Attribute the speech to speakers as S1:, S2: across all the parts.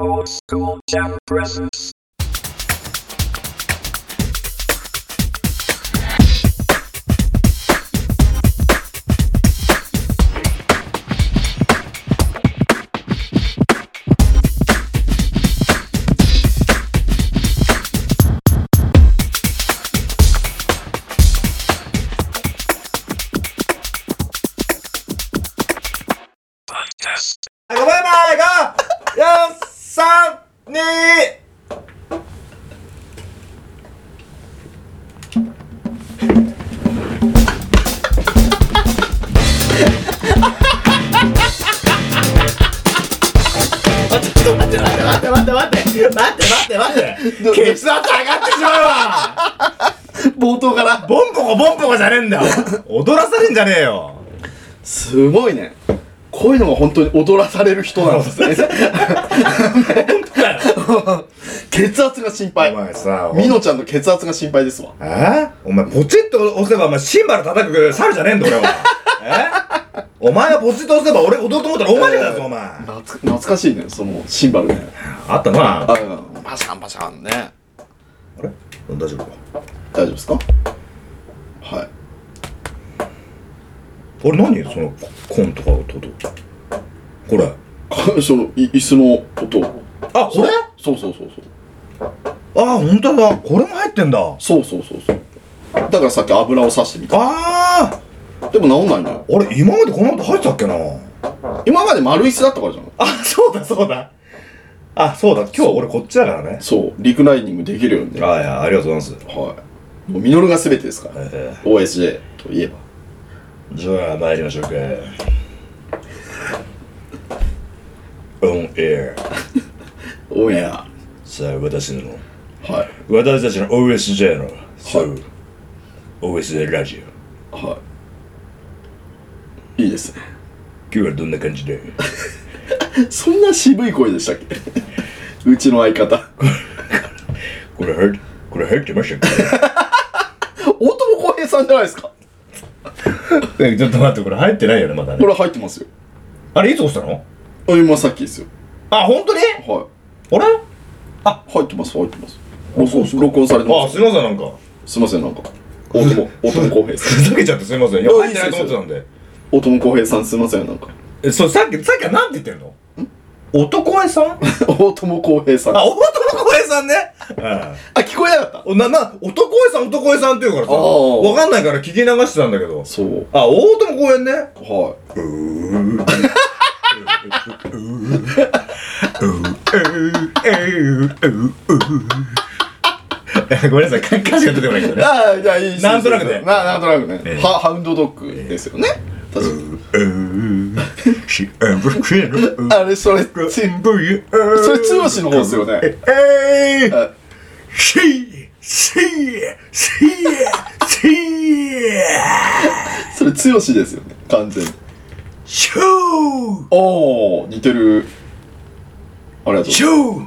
S1: Old school jam presents.
S2: ごめんなが、よっさん、に
S3: 待って待って待って待って待って待ってケツだって上がってしまうわ
S2: 冒頭から。
S3: ボンポコボンポコじゃねえんだよ踊らされんじゃねえよ
S2: すごいね。こういうのが本当に踊らされる人なんですね。 血圧が心
S3: お
S2: 配。
S3: 前さ
S2: みのちゃんの血圧が心配ですわ。
S3: えお前ポチッと押せばお前シンバル叩く猿じゃねえんだ俺はえお前がポチッと押せば俺踊ると思ったら大間違いだぞお前
S2: 懐懐かしいね、そのシンバルね。
S3: あったな
S2: あ
S3: あ
S2: パシャンパシャンね。
S3: れ大丈夫か
S2: 大丈夫ですかはい。
S3: 俺何そのコンとか音とこれ
S2: かその、い椅子の音。
S3: あこれ
S2: そうそうそうそう。
S3: あ本当だこれも入ってんだ
S2: そうそうそうそう。だからさっき油を刺してみた。
S3: ああ
S2: でも治んないのよ。
S3: 俺今までこの音入ってたっけな
S2: 今まで丸椅子だったからじゃん。
S3: あ、そうだそうだ。あ、そうだ。今日は俺こっちだからね。
S2: そう、リクライニングできるようにね。
S3: あいや、ありがとうございます。
S2: はい。もうミノルが全てですから。
S3: え
S2: OSJ といえば。
S3: ー、じゃあ参りましょうか。オンエア。
S2: オンエア。
S3: さあ、私の、
S2: はい。
S3: 私たちの OSJ の、そう、OSJ ラジオ。
S2: はい。いいですね。
S3: 今日はどんな感じで
S2: そんな渋い声でしたっけ うちの相方。
S3: これ入って、これ入ってましたっ
S2: 大友康平さんじゃないですか
S3: けえちょっと待って、これ入ってないよね、まだ
S2: こ
S3: ね。
S2: れ入ってますよ。
S3: あれ、いつ押したの
S2: あ、今さっきですよ。
S3: あ、本当に
S2: は
S3: あれ
S2: い。入ってます、入ってます。
S3: そ
S2: 録
S3: うっ
S2: 音
S3: すか
S2: 録音されてま
S3: あ、
S2: す。
S3: すいません、なんか。
S2: すいません、なんか。大友、大友康平さん。
S3: ふざけちゃってすいません。いや、
S2: いや
S3: 入ってないと思ってたんで。
S2: 大友康平さん、すいません、なんか。
S3: え、そう、さっき、さっきはなんて言ってるの男江さん
S2: 大友康平さん。
S3: あ、
S2: あ、
S3: 男江さんね。
S2: 聞こえなかった
S3: うん。な、な、男江さん、男江さんって言うからさ、
S2: あー
S3: わかんないから聞き流してたんだけど。
S2: そう。
S3: あ、大友公園ね。
S2: は
S3: うーうーうーうーうーごめんなさい、歌詞が出てこないけど
S2: い。。ああ、じゃあいいです
S3: なんとなくね
S2: ななんとなくね、
S3: ええ
S2: ハ。ハウンドドッグですよね。確かに
S3: 幸せの
S2: あれ、それ、
S3: そ
S2: つ
S3: れ
S2: い、それ、剛の方ですよね。
S3: え
S2: あ
S3: シーシーシーシー
S2: それ、剛ですよね。完全に。
S3: シュー
S2: おー、似てる。ありがとう。
S3: シュー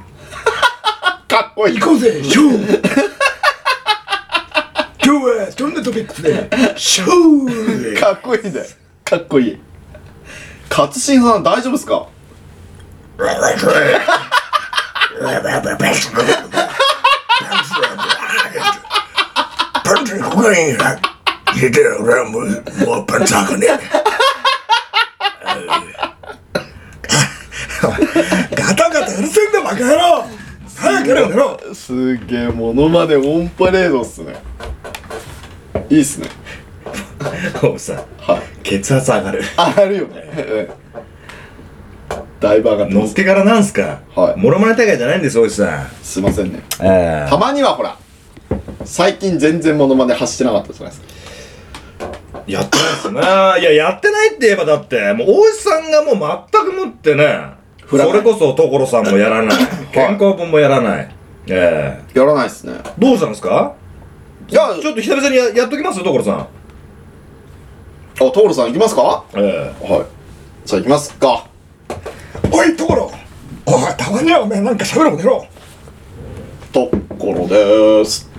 S2: かっこいい。
S3: 行こうぜシュー今日はどんなトピックスでシュー
S2: かっこいいね。かっこいい。勝新さん、大丈夫ですか
S3: パンチの声が入れて俺はもうもうパンツ履かねえガタガタうるせえんだバカ野郎早くやろろ
S2: すげえ、ものまでオンパレードっすね。いいっすね。
S3: もうさ
S2: はい。
S3: 血圧上がる
S2: ああるよね。ええだいぶ上がって
S3: の
S2: ま
S3: っ
S2: す。
S3: けからなんすか
S2: はい
S3: もろまね大会じゃないんですおじさん
S2: すいませんね。
S3: え
S2: たまにはほら最近全然モノマネ発してなかったじゃないですか
S3: えやってないっすないややってないって言えばだってもう大石さんがもう全くもってねそ
S2: 振らない
S3: れこそ所さんもやら ない健康本もやらないええ
S2: やらないっすね
S3: どうしたんですか
S2: いやあ
S3: ちょっと久々にややっときます所さん
S2: 所さん行きますかは
S3: ええ
S2: いじゃあ行きますか
S3: おい所おいたまにはお前なんか喋ることやろ
S2: ところでーす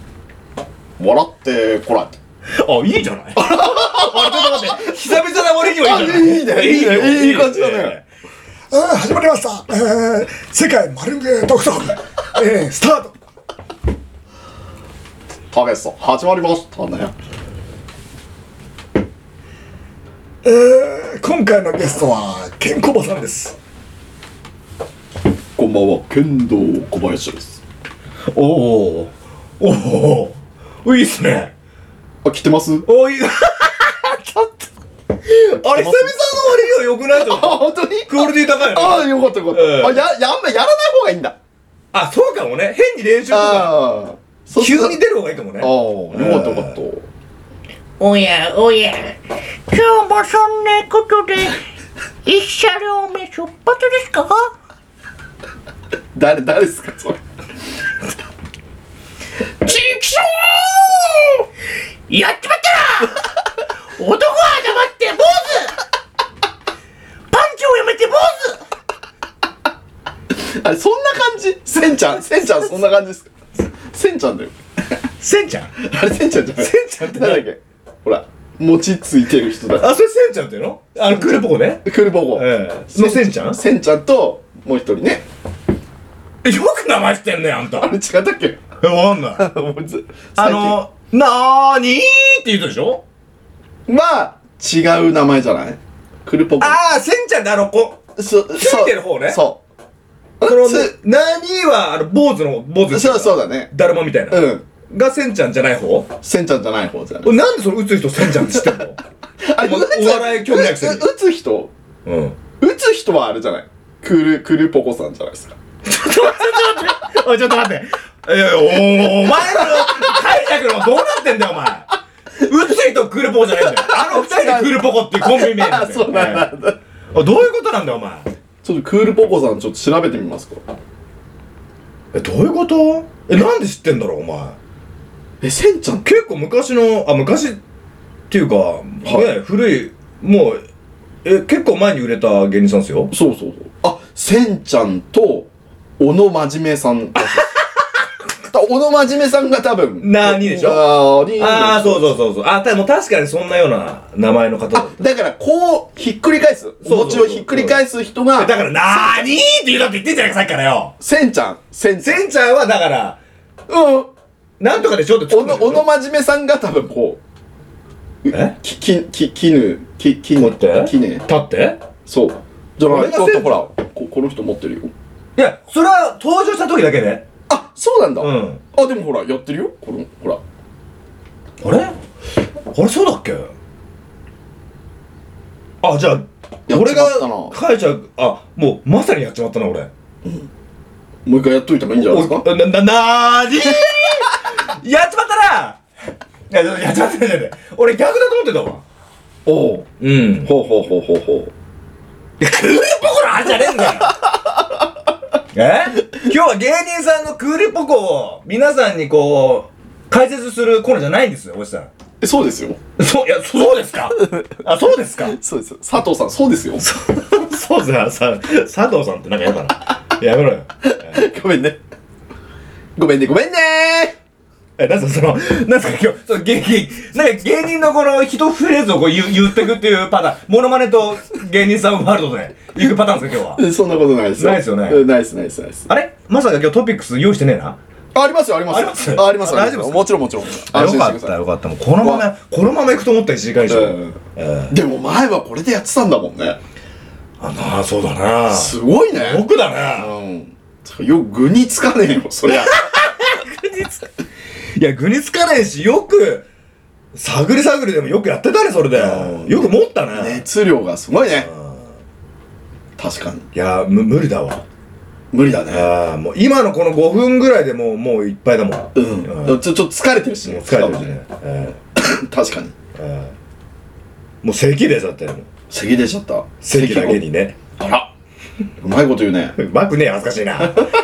S2: 笑ってこない
S3: あいいじゃない あちょっと待って久々な俺にはいいじゃない
S2: あいいねいいねいい感じだね
S3: ええ
S4: あー始まりました。えー、世界マリンゲ独特、えー、スタート。
S2: たけしさん始まりましたね
S4: えー、今回のゲストはケンコバさんです。
S2: こんばんは剣道小林です
S3: おおおおおいいっすね
S2: あ来てます
S3: おい ちょっとあれ久々の割には良くない
S2: あ
S3: と
S2: 本当に
S3: クオリティ高いよね
S2: ああよかったよかった、
S3: ええ
S2: あややんまやらない方がいいんだ
S3: あそうかもね変に練習とか
S2: ああ
S3: 急に出る方がいいかもね
S2: ああよかったよかった、
S5: おやおや今日もそんなことで一車両目出発ですか
S2: 誰誰ですかそれ
S5: ちくしょうやっちまったな男は黙って坊主 パンチをやめて坊主
S2: あれそんな感じせんちゃんせんちゃんそんな感じですかせんちゃんだよ
S3: せんちゃん
S2: あれせんちゃんじゃない
S3: せんちゃんって
S2: 誰だっけほら餅ついてる人だ
S3: あそれせんちゃんっていうのあのクールポコね
S2: クールボゴ
S3: ええのせんちゃん
S2: せんちゃんともう一人ね
S3: えよく名前知ってんねあんた
S2: あれ違ったっけ
S3: えわかんない
S2: もうず
S3: あ
S2: 最近
S3: のなーにーって言うとでしょ
S2: まあ違う名前じゃないクルポコ
S3: ああせんちゃんだろこ
S2: そつ
S3: ついてる方ね
S2: そう
S3: この
S2: つ
S3: なーにーはあの坊主の坊主
S2: そうそう
S3: だ
S2: だね
S3: だるまみたいな
S2: うん
S3: がせんちゃんじゃない方
S2: せんちゃんじゃない方じゃない
S3: 俺なんでその打つ人せんちゃんって知ってんの
S2: あれ
S3: お
S2: 打つ
S3: お笑い興味ないくせに
S2: 打つ打つ人
S3: うん
S2: 打つ人はあれじゃないクルクルポコさんじゃないですか
S3: おいちょっと待って。いやいや、おお前の解釈のどうなってんだよ、お前。うついとクールポコじゃないんだよ。あの二人でクールポコっていうコンビ名なんだよ。
S2: あそうなんだ
S3: おいどういうことなんだよ、お前。
S2: ちょっとクールポコさんちょっと調べてみますか
S3: え、どういうことえ、なんで知ってんだろう、お前。
S2: えせんちゃん
S3: 結構昔の、あ、昔っていうか、ね、古い、もう、え、結構前に売れた芸人さんですよ。
S2: そうそうそうあせんちゃんと小野真面目さん だ小野真面目さんが多分
S3: なーにでしょ
S2: あーに
S3: ああ、そうそうそうそう。あ、たもう確かにそんなような名前の方だっ
S2: あ
S3: た。、
S2: だからこうひっくり返す。
S3: そうそう
S2: お餅をひっくり返す人 が、
S3: だから、なーにーって言うなって言ってんじゃないか、さっきからよ。
S2: せんちゃん、せんちゃん。
S3: せんちゃんはだから、
S2: うん。
S3: なんとかでしょって突っ
S2: お
S3: 込んで
S2: の、
S3: るでしょ
S2: おの真面目さんが多分こう、
S3: え
S2: き、き、き、きぬ、き、きぬ、きね。
S3: 立って
S2: そう。じゃ
S3: 俺
S2: あ、
S3: が
S2: ちょっ
S3: せ
S2: と
S3: ん
S2: ほら、こ、この人持ってるよ。
S3: いや、それは登場した時だけね。
S2: あ、そうなんだ。
S3: うん。
S2: あ、でもほら、やってるよ。この、ほら。
S3: あれあれそうだっけあ、じゃあ、
S2: やっ
S3: 俺
S2: ちま
S3: が
S2: ったな
S3: 書いちゃう、あ、もうまさにやっちまったな、俺。
S2: もう一回やっといた方がいいんじゃないですか
S3: おな、な、なーにー やっちまったないや、やっちまったじゃねえ。俺逆だと思ってたわ。
S2: おお
S3: うん。
S2: ほうほうほうほうほう。
S3: クールポコの話じゃねえんだよえ今日は芸人さんのクールポコを皆さんにこう解説するコーナーじゃないんですよおじさん
S2: え、そうですよ。
S3: そういやそうですかあそうですか
S2: そうですよ。佐藤さん、そうです よ。
S3: そうささ佐藤さんってなんかやだなやめろよ
S2: ごめんね。ごめんね、ごめんね
S3: えなんすかそのなんすか今日その芸人なんか芸人のこの一フレーズをこう言う言ってくっていうパターンモノマネと芸人さんワールドで行くパターンですか今日は
S2: えそんなことないですよ。
S3: ないですよね
S2: うんないです、ないです、ないです。
S3: あれまさか今日トピックス用意してねえな
S2: ありますよ、あります
S3: あり
S2: よ。
S3: ます
S2: あります
S3: あ大丈夫ですか
S2: もちろん、もちろん。安
S3: あよ
S2: 心し
S3: か
S2: て
S3: っ
S2: くだ
S3: た
S2: さい
S3: よかったもうこのままこのまま行くと思った1時間以上、
S2: うん
S3: え
S2: でも前はこれでやってたんだもんね。
S3: ーあなあそうだな
S2: すごいね。
S3: 僕だね
S2: うん。よ、具につかねえよ、そ りゃ。
S3: いや具につかないしよく探り探りでもよくやってたねそれで
S2: うん
S3: よく持ったね
S2: 熱量がすごいね
S3: ん。
S2: 確かに。
S3: いやむ無理だわ
S2: 無理だね。
S3: あーもう今のこの5分ぐらいでもうもういっぱいだもんもう
S2: うん。でもちょ、ちょっと疲れてるしね。
S3: 疲れてるし
S2: しか
S3: ねえ
S2: もね 確かに。
S3: ーえーもう咳でだったよもう
S2: 咳出ちゃった。
S3: 咳だけに
S2: を。
S3: ね
S2: あら。うまいこと言うね。
S3: うまくねえ恥ずかしいな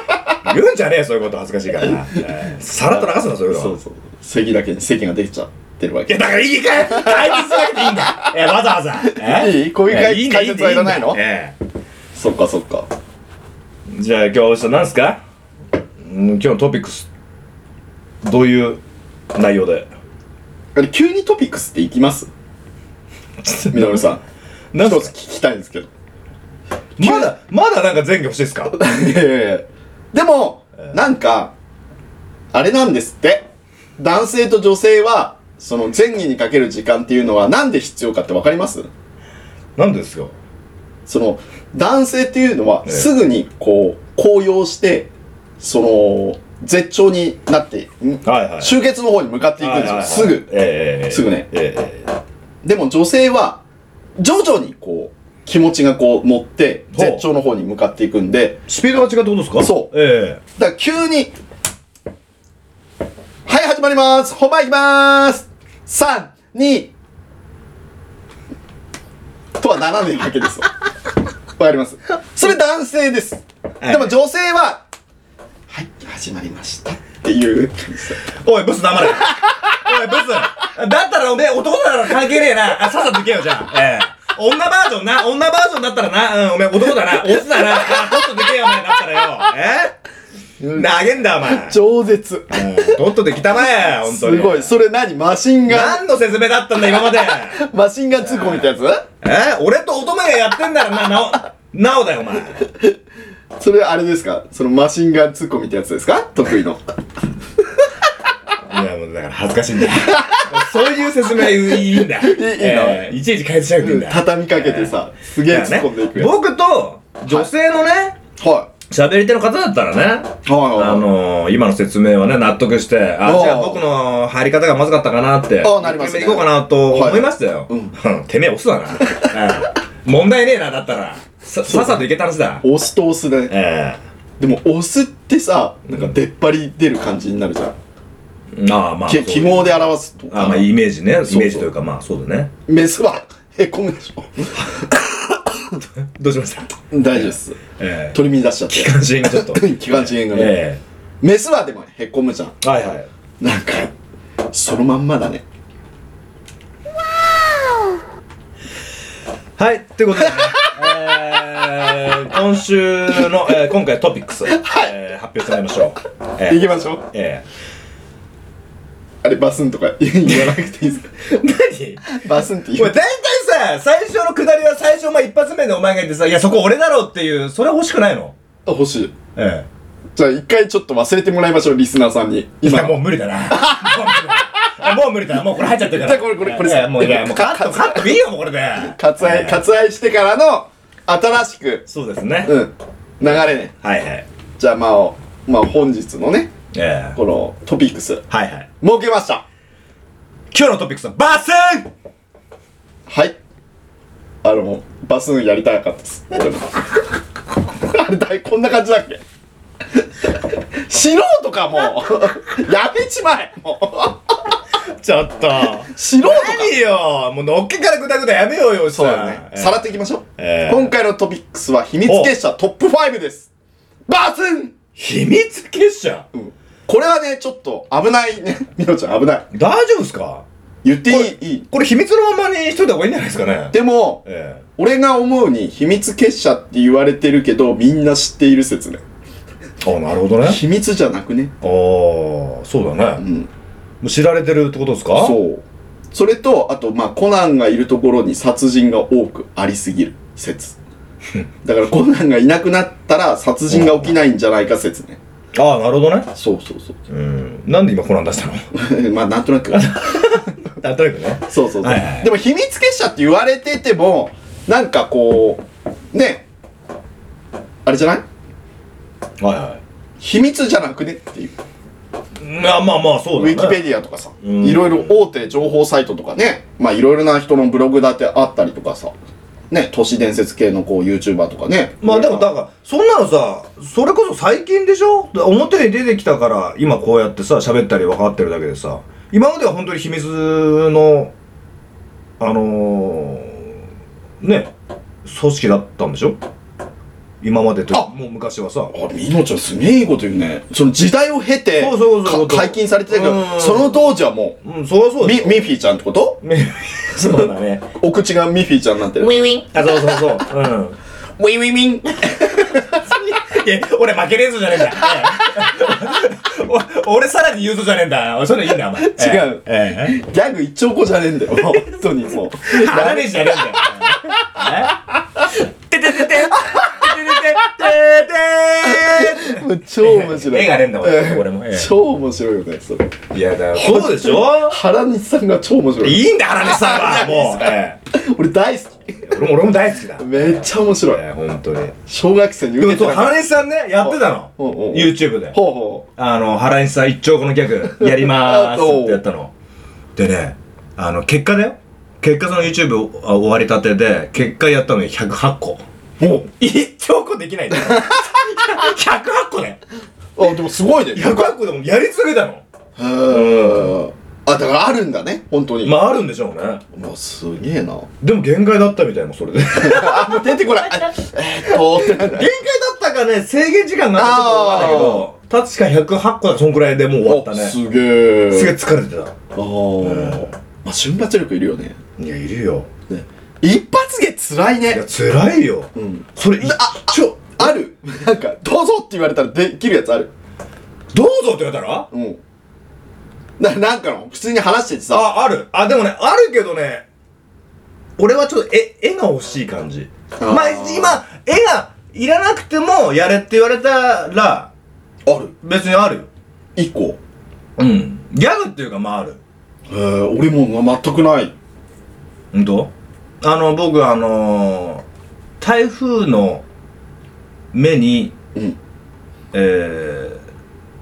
S3: 言うんじゃねえそういうこと恥ずかしいからな、えーさらっと流すなそういうのは
S2: そうそう。咳だけに咳ができちゃってるわ
S3: いや、
S2: け。
S3: だからいいかい解説しなくていいんだえ、わざわざ。
S2: いいこういう解
S3: えんだ
S2: 解説はいらないの
S3: んだえ
S2: そっかそっか。
S3: えじゃあ今日おしたなんすかうん今日のトピックス、どういう内容で
S2: あれ、急にトピックスっていきますみのるさん。
S3: なん
S2: 一
S3: す
S2: つ
S3: か
S2: 聞きたいんですけど。
S3: まだ、まだなんか前期欲しいですか
S2: いやいやいやでも、なんかあれなんですって男性と女性はその前儀にかける時間っていうのはなんで必要かってわかります
S3: なんでですか
S2: その男性っていうのは
S3: ええ
S2: すぐにこう高揚してその絶頂になって、ん
S3: はいはい
S2: 終結の方に向かっていくんですよ、すぐ
S3: ええええ
S2: すぐね
S3: えええ
S2: でも女性は徐々にこう気持ちがこう乗って
S3: ほう
S2: 絶頂の方に向かっていくんで
S3: えスピードが違うってことですか
S2: そう
S3: え
S2: だから急に「はい始まります本番いきます!」32とはならないわ けですよわかりますそれ男性です、
S3: はい
S2: でも女性は「はい始まりました」っていう
S3: えおいブス黙れおいブスだったらおめえ男だから関係ねえなあさっさと行けよじゃあええ女バージョンな女バージョンだったらな、うん、おめえ男だなオスだなあとっとでけえよお前だったらよえ投げんだお前
S2: 饒舌
S3: うんとっとできたまえ本当に
S2: すごいそれ何マシンガン
S3: 何の説明だったんだ今まで
S2: マシンガン通行みたいなや
S3: え俺と乙女がやってんだろななおなおだよお前
S2: つそれあれですかそのマシンガン通行みたいなやつですか得意の
S3: いやもうだから恥ずかしいんだよそういう説明いいんだいい
S2: いいの
S3: えーいちいち変えちゃうんだ
S2: 畳みかけてさすげえ突っ込んでいく
S3: ね、
S2: やつ、
S3: 僕と女性のね
S2: は
S3: 喋り手の方だったらね
S2: いはいはい
S3: あのー、今の説明はね納得してあ
S2: おう
S3: じゃあ僕の入り方がまずかったかなって
S2: おうなりますね
S3: 決めていこうかなと思いましたよ、
S2: はい
S3: うん、 てめえオスだ な、うん問題ねえなだったらささっさといけた話だ
S2: 押すと押すで、ね、
S3: え
S2: でも押すってさなんか出っ張り出る感じになるじゃん、
S3: えああまあ
S2: き記号で表すと
S3: あまあイメージねイメ
S2: そう
S3: ージというかまあそうだね
S2: メスはへこむでしょ
S3: どうしました
S2: 大丈夫です
S3: ええ
S2: 取り乱しちゃっ
S3: 気管支炎が ちょっと
S2: て気管支炎がね、
S3: え
S2: メスはでもへこむじゃん
S3: えはいはい
S2: なんかそのまんまだね
S3: はい、ということでね、えー、今週の、えー、今回トピックス、えー、発表してもらいましょう。え
S2: 行
S3: ー
S2: きましょう
S3: え
S2: あれバスンとか 言わなくていいですか
S3: ー、
S2: バスンって
S3: 何こ
S2: 言
S3: れ大
S2: う
S3: 体さ、最初の下りは最初、まあ、一発目でお前が言ってさ、いや、そこ俺だろうっていう、それ欲しくないの
S2: あ欲しい
S3: え
S2: じゃあ一回ちょっと忘れてもらいましょうリスナーさんに
S3: え。い
S2: 今
S3: や、もう無理だな。 もう無理だな。もう無理だな。もうこれ入っちゃってるから。
S2: じゃあこれこれこれ
S3: いやいやもう、いや、もうカット、カットいいよ、もうこれで。
S2: 割愛割愛してからの新しく
S3: そうですね。
S2: うん流れね
S3: はいはい。
S2: じゃあまあまあ本日のね
S3: ええ。
S2: このトピックス
S3: はいはい。
S2: 設けました
S3: 今日のトピックスは、バスン
S2: はいあのバスンやりたかったです俺も あれだいこんな感じだっけ素人かもうやめちまえも
S3: ちょっと。
S2: う素人か
S3: 何よもうのっけからぐだぐだやめようよ、
S2: そうだね、さらっていきましょう、
S3: ええ
S2: 今回のトピックスは秘密結社トップ5ですバスン
S3: 秘密結社
S2: これはねちょっと危ないねみのちゃん危ない
S3: 大丈夫ですか
S2: 言って
S3: こ
S2: い
S3: れ
S2: いいい
S3: これ秘密のままにしといた方がいいんじゃないですかね。
S2: でも、
S3: え
S2: 俺が思うに秘密結社って言われてるけどみんな知っている説ね
S3: えあ、なるほどね。あ
S2: 秘密じゃなくね
S3: あ、そうだね。
S2: ん
S3: もう知られてるってことですか
S2: そうそれとあとまあコナンがいるところに殺人が多くありすぎる 説だからコナンがいなくなったら殺人が起きないんじゃないか説ね
S3: ああ、なるほどね。
S2: そうそうそう
S3: うん。なんで今コナン出したの
S2: ま あなんとなく
S3: なんとなくね。
S2: そうそうそ う、
S3: はいはい
S2: でも秘密結社って言われててもなんかこうねあれじゃない
S3: はいは
S2: 秘密じゃなくねっていう
S3: い。まあまあまあ、そう
S2: ウ
S3: だね。
S2: ィキペディアとかさ、
S3: うん
S2: いろいろ大手情報サイトとかね、まあいろいろな人のブログだってあったりとかさ、ね、都市伝説系のこう YouTuber とかね。
S3: まあでも
S2: いろ
S3: だ
S2: い
S3: からそんなのさそれこそ最近でしょだ表に出てきたから今こうやってさ喋ったり分かってるだけでさ今までは本当に秘密のあのー、ね組織だったんでしょ今までと
S2: あ
S3: もう昔はさ
S2: ろあ、みのちゃんすげえいいこと言うね。その時代を経て、
S3: そうそうそうそう
S2: か解禁されてたけ
S3: う
S2: ど、
S3: ん
S2: その当時はも、
S3: うんそりゃそうう
S2: ミ
S3: で
S2: ミッフィーちゃんってこと
S3: み そうだね
S2: お口がミッフィーちゃんになってる。ウィ
S3: あそうそうそううん
S2: ンウィンウィン。
S3: いや俺負けねえぞじゃね えんだお俺さらに言うぞじゃねえんだそれいいんだお前違
S2: う
S3: ええ
S2: ギャグ一丁子じゃねえん だよ。本当にもう。
S3: 離れじゃねえんだよ。てててて。
S2: 超面白い。
S3: 絵がねえんだもん
S2: ええ
S3: これもええ
S2: 超面白いよね、それ。
S3: いやだから
S6: そうでしょ
S2: 原西さんが超面白い。
S3: いいんだ原西さんはもう、え
S2: 俺大好き。
S3: え俺も俺も大好きだ、
S2: めっちゃ面白
S3: ええ
S2: い。
S3: 本当に
S2: 小学生に
S6: で
S2: 受
S6: も
S2: けて
S6: そう
S2: なかっ
S6: 原西さんねやってたの
S2: おうおう
S6: YouTube で
S2: た。ほうほ
S3: あの原西さん一丁このギャグやりまーすってやったのでねあの結果だよ結果その YouTube あ終わりたてで結果やったのに108個
S2: う。も
S3: 一兆個できないんだよ108個ね
S2: う。あ、でもすごいね。
S3: 108個でもやり続けたの
S2: へーあ、だからあるんだね、本当に。
S3: まああるんでしょうね
S2: もうすげえな。
S3: でも限界だったみたいもんそれで限界
S2: あ、もう出てこない。あえーっと、ってなん
S3: だっ
S2: だ
S3: たかね制限時間があったかわかんないけど確か108個だそんくらいでもう終わったね
S2: あ
S3: す
S2: すげえ。
S3: げえ疲れてた
S2: あーまあ、瞬発力いるよね。
S3: いやいるよ
S2: ね一発芸つらい
S3: いや
S2: ね。
S3: 辛いよ
S2: うん。
S3: それ一丁
S2: ある。なんか、どうぞって言われたらできるやつある。
S3: どうぞって言われたら
S2: うん。な、なんかの、普通に話しててさ。
S3: ああるあでもねあるけどね俺はちょっと絵絵が欲しい感じ
S2: あー
S3: まあ今絵がいらなくてもやれって言われたら
S2: ある。
S3: 別にあるよ
S2: 一個。
S3: うんギャグっていうかまあある
S2: えー、俺もま全くない。
S3: ほんとあの僕あのー、台風の目に、
S2: うん
S3: え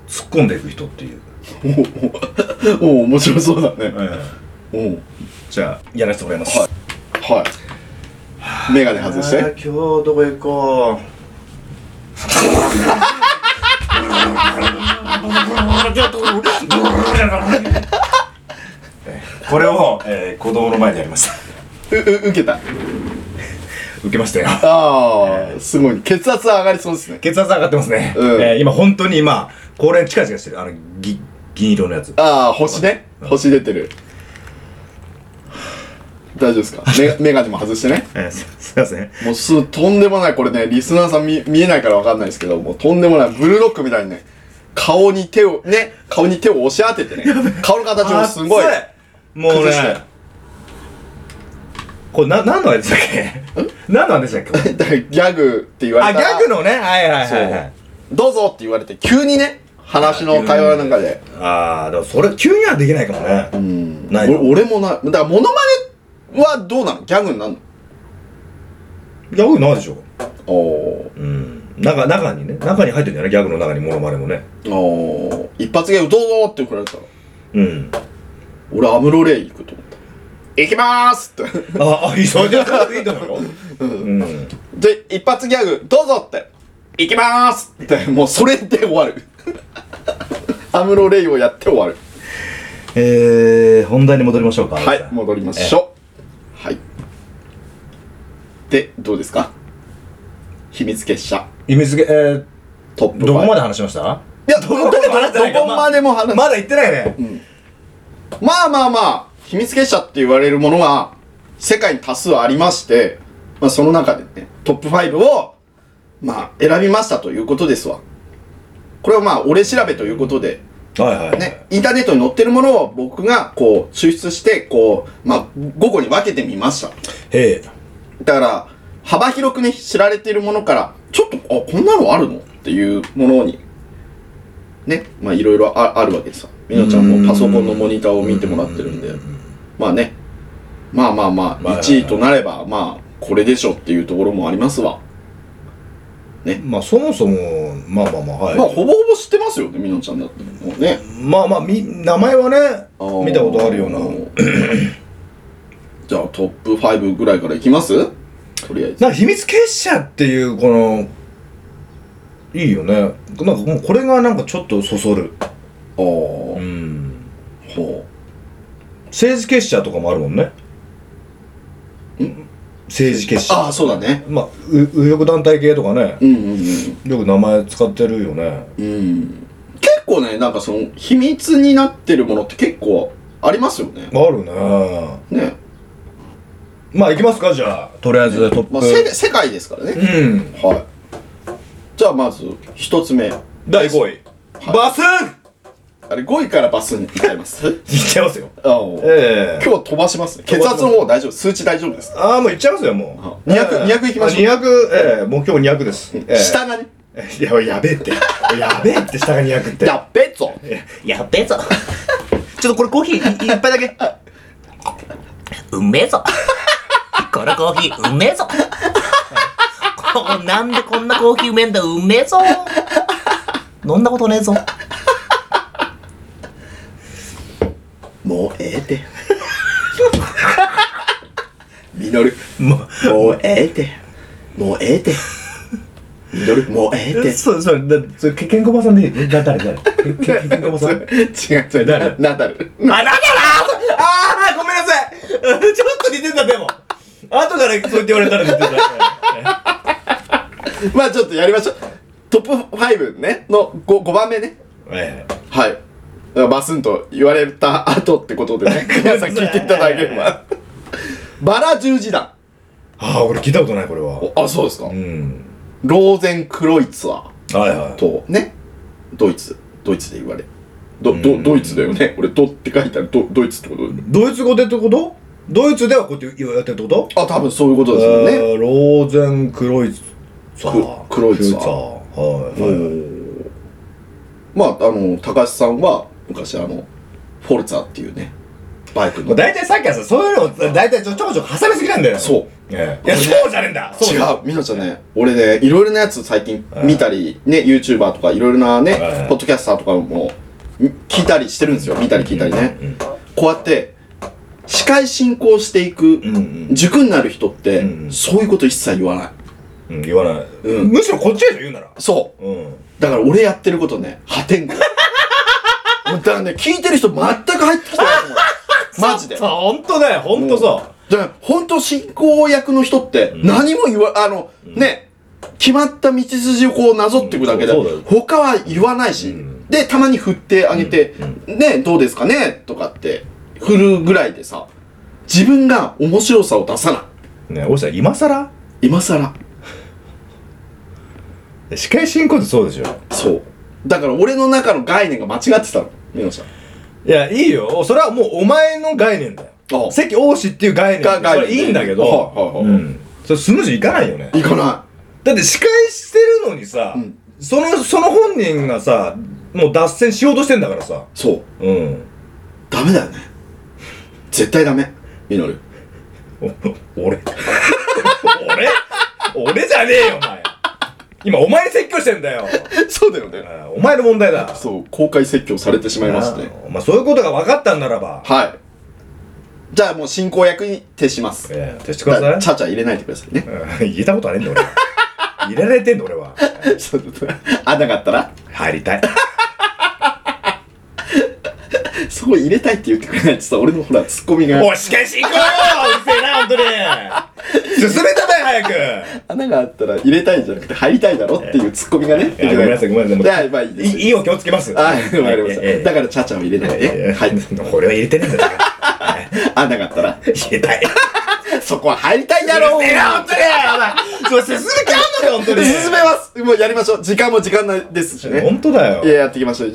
S3: ー、突っ込んでいく人っていう、
S2: おお、面白そうだね。
S3: ええ
S2: おお。
S3: じゃあやらせてもらいます、
S2: はいはい。メガネ外して。
S3: 今日どこ行こう これを、えー、子供の前でやりました
S2: う、う、受けた。
S3: 受けましたよ
S2: ああ、すごい。血圧上がりそうですね。
S3: 血圧上がってますね、
S2: うん
S3: えー今本当に今これチカチカしてるあのぎ銀色のやつ
S2: ああ、星ね。星出てる。大丈夫 ですかメメガネも外してね。
S3: えーす すいません
S2: もうす、とんでもない、これね、リスナーさん見見えないからわかんないですけど、もうとんでもない、ブルーロックみたいにね、顔に手を、ね、顔に手を押し当ててね、顔の形もすごい。
S3: もう
S2: 崩して
S3: ねこれな何のあれでしたっけ何のあれでしたっけこれ
S2: だからギャグって言わ
S3: あ
S2: れ
S3: ギ
S2: たら。
S3: ャグのねはいはい
S2: そ
S3: は
S2: う
S3: い、はい
S2: どうぞって言われて、急にね、話の会話なんかで。
S3: ああでもそれ急にはできないかもね
S2: うん。
S3: ない
S2: 俺俺もない。だから、モノマネはどうなのギャグになるの
S3: ギャグないでしょ
S2: お
S3: うん中中にね中に入ってるんじゃないギャグの中にモノマネもね
S2: ーおー一発芸をどうぞって送られたら
S3: うん
S2: 俺アムロレイ行くと思った行きまーすっ
S3: ああいいそれじゃなくていいと思うようん
S2: て で一発ギャグどうぞって行きまーすってもうそれで終わる アムロレイをやって終わる
S3: えー、本題に戻りましょうか
S2: はい戻りましょうはいでどうですか秘密結社
S3: 意味付けえー、
S2: トップ
S3: どこま
S2: で
S3: で話しました
S2: いやどこまでも話
S3: どこまでも話してないか
S2: どこまでも話
S3: まだ言ってないね、
S2: まあまあまあ、秘密結社って言われるものは、世界に多数ありまして、まあその中でね、トップ5を、まあ選びましたということですわ。これはまあ俺調べということで、
S3: はいはいはい、
S2: ね、インターネットに載ってるものを僕がこう抽出して、こう、まあ5個に分けてみました。
S3: へえ
S2: だから、幅広くね、知られているものから、ちょっと、あ、こんなのあるのっていうものに、ね、まあいろいろああるわけですよ。みのちゃんもパソコンのモニターを見てもらってるんで、まあね、まあまあま
S3: まあ
S2: あ、1位となれば、まあ、これでしょっていうところもありますわ。
S3: まあそもそもまあまあまあはい、
S2: ま
S3: ま
S2: あ、
S3: あ、
S2: ほぼほぼ知ってますよね、みのちゃんだって。もうね。
S3: まあみ名前はね見たことあるような
S2: ー。じゃあ、トップ5ぐらいからいきますとりあえず。
S3: なんか秘密結社っていうこのいいよねなんかもうこれがなんかちょっとそそる
S2: ああ、ほ
S3: うん
S2: う。
S3: 政治結社とかもあるもんね政治結社
S2: ああ、そうだね。
S3: まあう右翼団体系とかね
S2: うんうんうん。
S3: よく名前使ってるよね
S2: うん結構ねなんかその秘密になってるものって結構ありますよね
S3: あるね
S2: ね、
S3: まあ行きますかじゃあとりあえずトップ、
S2: まあ、せ世界ですからね、
S3: うん
S2: はいじゃあまず一つ目
S3: 第5位バスン
S2: あれ5位からバスに行っちゃいます
S3: いっちゃいますよ
S2: あの今
S3: ええ
S2: 日は飛ばしますね血圧の方大丈夫数値大丈夫です
S3: ああもういっちゃいますよもう
S2: あ200 200行きましょう
S3: 200ええもう今日200です、ええ
S2: 下がね
S6: いや、やべえって。やべえって下が200って。
S2: やっべっぞ
S5: やっべえぞ。ちょっとこれコーヒーいいっぱいだけ。うめえぞ。このコーヒーうめえぞ。こなんでこんなコーヒーうめえんだうめえぞ。飲んだことねえぞ。
S2: もうええて みのる
S3: もう
S2: もうええてもうええてみのるもうええて
S3: そうそうだそれけケンコバさんでいいだ誰誰けけケンコバさん
S2: 違う、それ
S3: 誰
S2: ナダル。
S3: あ、なんだなああごめんなさいちょっと似てた、でも。後からそうやって言われたら似てた。
S2: まあちょっとやりましょう。トップ5ね、の 5, 5番目ね。
S3: え
S2: はい。だからバスンと言われた後ってことで ね、皆さん聞いていただければ。バラ十字団。
S3: えああ、俺聞いたことない、これは。
S2: おあ、そうですか
S3: う。ん。
S2: ローゼンクロイツァ
S3: はいは
S2: ーと、ね、ドイツ、ドイツで言われ。ど、ど、ドイツだよね。俺、ドって書いてある。ド、ドイツってこと
S6: ドイツ語でってことドイツではこうやってやってるってこと
S2: あ、多分そういうことですよね。
S6: えーローゼンクロイツァー
S2: ククロイツァー
S6: クはい、
S2: まあ、あの、高橋さんは、昔、あの、フォルツァっていうね、バイク
S3: い。も
S2: の
S3: う。大体さっきはさ、そういうのを大体ちょちょこちょこ挟みすぎなんだよ。
S2: そう。
S3: ええ。いや、そうじゃねえんだ
S2: 違う、みのちゃんね、俺ね、いろいろなやつ最近見たり、ね、YouTuber とかいろいろなね
S3: はい、
S2: ポッドキャスターとかもみ聞いたりしてるんですよ。見たり聞いたりね。こうやって、司会進行していく
S3: うんうん、
S2: 塾になる人って
S3: う、ん
S2: そういうこと一切言わない。
S3: うん、言わない。
S2: うん
S3: むしろこっちでしょ、言うなら。
S2: そう。
S3: うん。
S2: だから俺やってることね、破天 荒。もうだからね、聞いてる人全く入ってきてないと思 う。マジで。
S3: さあ、ほんとだよ、ほんとそう。
S2: だから本当進行役の人って何も言わ、あの、ね、決まった道筋をこうなぞっていくだけで、
S3: うんそうだよ
S2: 他は言わないし、
S3: ん
S2: で、たまに振ってあげて、ね、どうですかねとかって、振るぐらいでさ、自分が面白さを出さな
S3: ねえ、俺さ、今更
S2: い。今更。
S3: 司会進行ってそうでしょ。
S2: そう。だから俺の中の概念が間違ってたの。みのちゃん。
S3: いや、いいよ。それはもうお前の概念だよ。
S2: あ
S3: 関王子っていう概念
S2: が概
S3: そ
S2: 念
S3: れいいんだけ
S2: はいはい
S3: ど、
S2: はい
S3: うんそれスムージーいかないよね
S2: 行かな
S3: だって司会してるのにさ、
S2: うん
S3: そのその本人がさもう脱線しようとしてんだからさ
S2: い。そう。
S3: うん
S2: ダメだよね。絶対ダメ。みのる。
S3: お俺 俺俺じゃねえよお前今お前に説教してんだよ
S2: そうだよね。
S3: あお前の問題だ
S2: そう、公開説教されてしまいますね。
S3: あまあそういうことが分かったんならば、
S2: はい。じゃあもう進行役に徹します。ち
S3: ええ、徹してくだ
S2: ゃ
S3: さ
S2: ちゃ入れないでくださいね
S3: い、。うん、 言えたことあねえんだ俺入れられてんだ俺は
S2: そうそうそうあ、なかったら、
S3: 入り たい
S2: そこ入れたいって言ってくれないとさ、俺のほら、ツッコミが、
S3: おしかし行こうようるせえな、ほんとに進めたまえ、早く
S2: 穴があったら入れたいんじゃなくて入りたいだろっていうツッコミがね。
S3: いやごめんなさいごめんなさい
S2: い。や、まあいいで
S3: い
S2: す。
S3: いいよ、気をつけます。
S2: はい、わかりまし
S3: えええ
S2: た。
S3: え
S2: だから、ちゃちゃを入れない
S3: いやい
S2: で。
S3: や
S2: はい。
S3: 俺は入れてねえんだから。はい
S2: あ、なかったら、
S3: 入れたい。
S2: そこは入りたいだろう
S3: うるせえな、ほんとにお前そう、進めちゃうのか、ほんとに
S2: 進めますもうやりましょう。時間も時間ないですしね。
S3: ほんとだ
S2: いや、
S3: よ。
S2: やっていきましょう。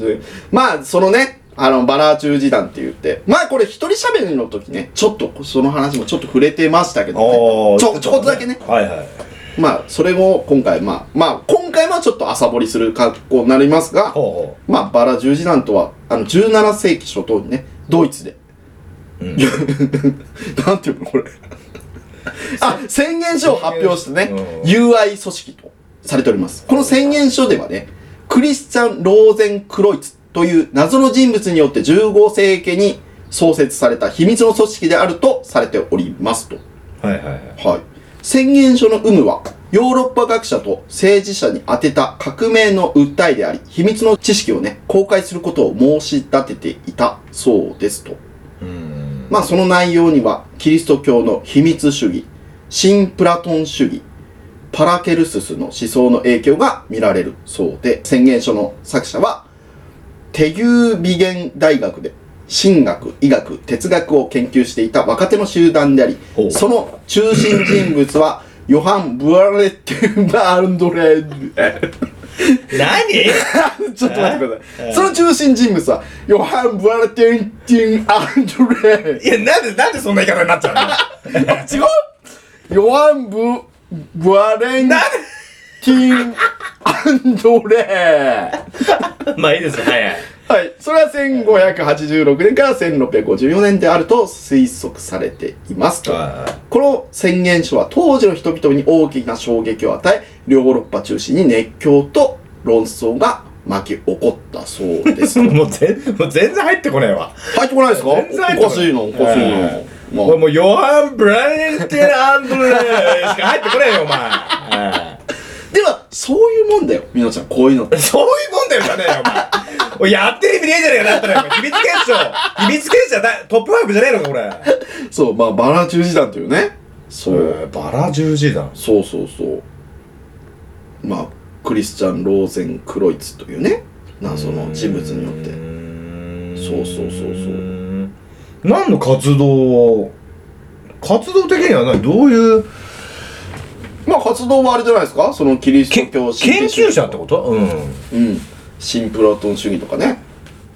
S2: まあ、そのね、あの、バラ中時団って言って、まあ、これ一人喋りの時ね、ちょっと、その話もちょっと触れてましたけど
S3: お
S2: ね
S3: ー。
S2: ちょ、ちょこっとだけね。
S3: はいはい。
S2: まあ、それも今回、まあ、まあ、今回はちょっと朝掘りする格好になりますが、
S3: ほ
S2: まあ、バラ十字団とは、あの、17世紀初頭にね、ドイツで。
S3: ん
S2: なんていう のこれ。あ、宣言書を発表してね、
S3: うん
S2: 友愛組織とされております。この宣言書ではね、クリスチャン・ローゼン・クロイツという謎の人物によって15世紀に創設された秘密の組織であるとされておりますと。
S3: う。はいはいはい。
S2: はい。宣言書の有無は、ヨーロッパ学者と政治者に宛てた革命の訴えであり、秘密の知識をね、公開することを申し立てていたそうですと。
S3: うん。
S2: まあ、その内容には、キリスト教の秘密主義、新プラトン主義、パラケルススの思想の影響が見られるそうで、宣言書の作者は、テユービゲン大学で神学、医学、哲学を研究していた若手の集団であり
S3: ほ、う
S2: その中心人物は、ヨハン・ブアレテンバンドレン。
S3: 何
S2: ちょっと待ってください。その中心人物は、ヨハン・ブアレテン・ティン・アンドレ
S3: い。
S2: ン
S3: や、なんで、なんでそんな言い方になっちゃうの
S2: 違うヨアンブ・ブアレンティン・アンドレ
S3: まあいいですよ、はいはい。
S2: はい。それは1586年から1654年であると推測されていますと。この宣言書は当時の人々に大きな衝撃を与え、両ヨーロッパ中心に熱狂と論争が巻き起こったそうです。 入
S3: もう全もう全然入ってこねえわ。
S2: ってこないですか
S3: 全然入ってこない
S2: おかしいの、おかしい
S3: え
S2: の。
S3: 俺
S2: ま
S3: もうヨハン・ブラインテン・アンドレーしか入ってこねえよ、お前。
S2: あ、では、そういうもんだよ、みのちゃん、こういうのって。
S3: そういうもんだよ、じゃねえよ、お前。おいやってる意味ねえじゃねえか、だったらよ。秘密結社、秘密結社だ、トップ5じゃねえのか、これ。
S2: そう、まあ、バラ十字団というね。そう。
S3: バラ十字だ。
S2: そうそうそうまあクリスチャン・ローゼン・クロイツというね謎の人物によってそうそうそうそう
S3: 何の活動を活動的には何どういう
S2: まあ活動はあれじゃないですかそのキリスト教神秘
S3: 研
S2: 主義
S3: 究者ってことうん
S2: うん新プラトン主義とかね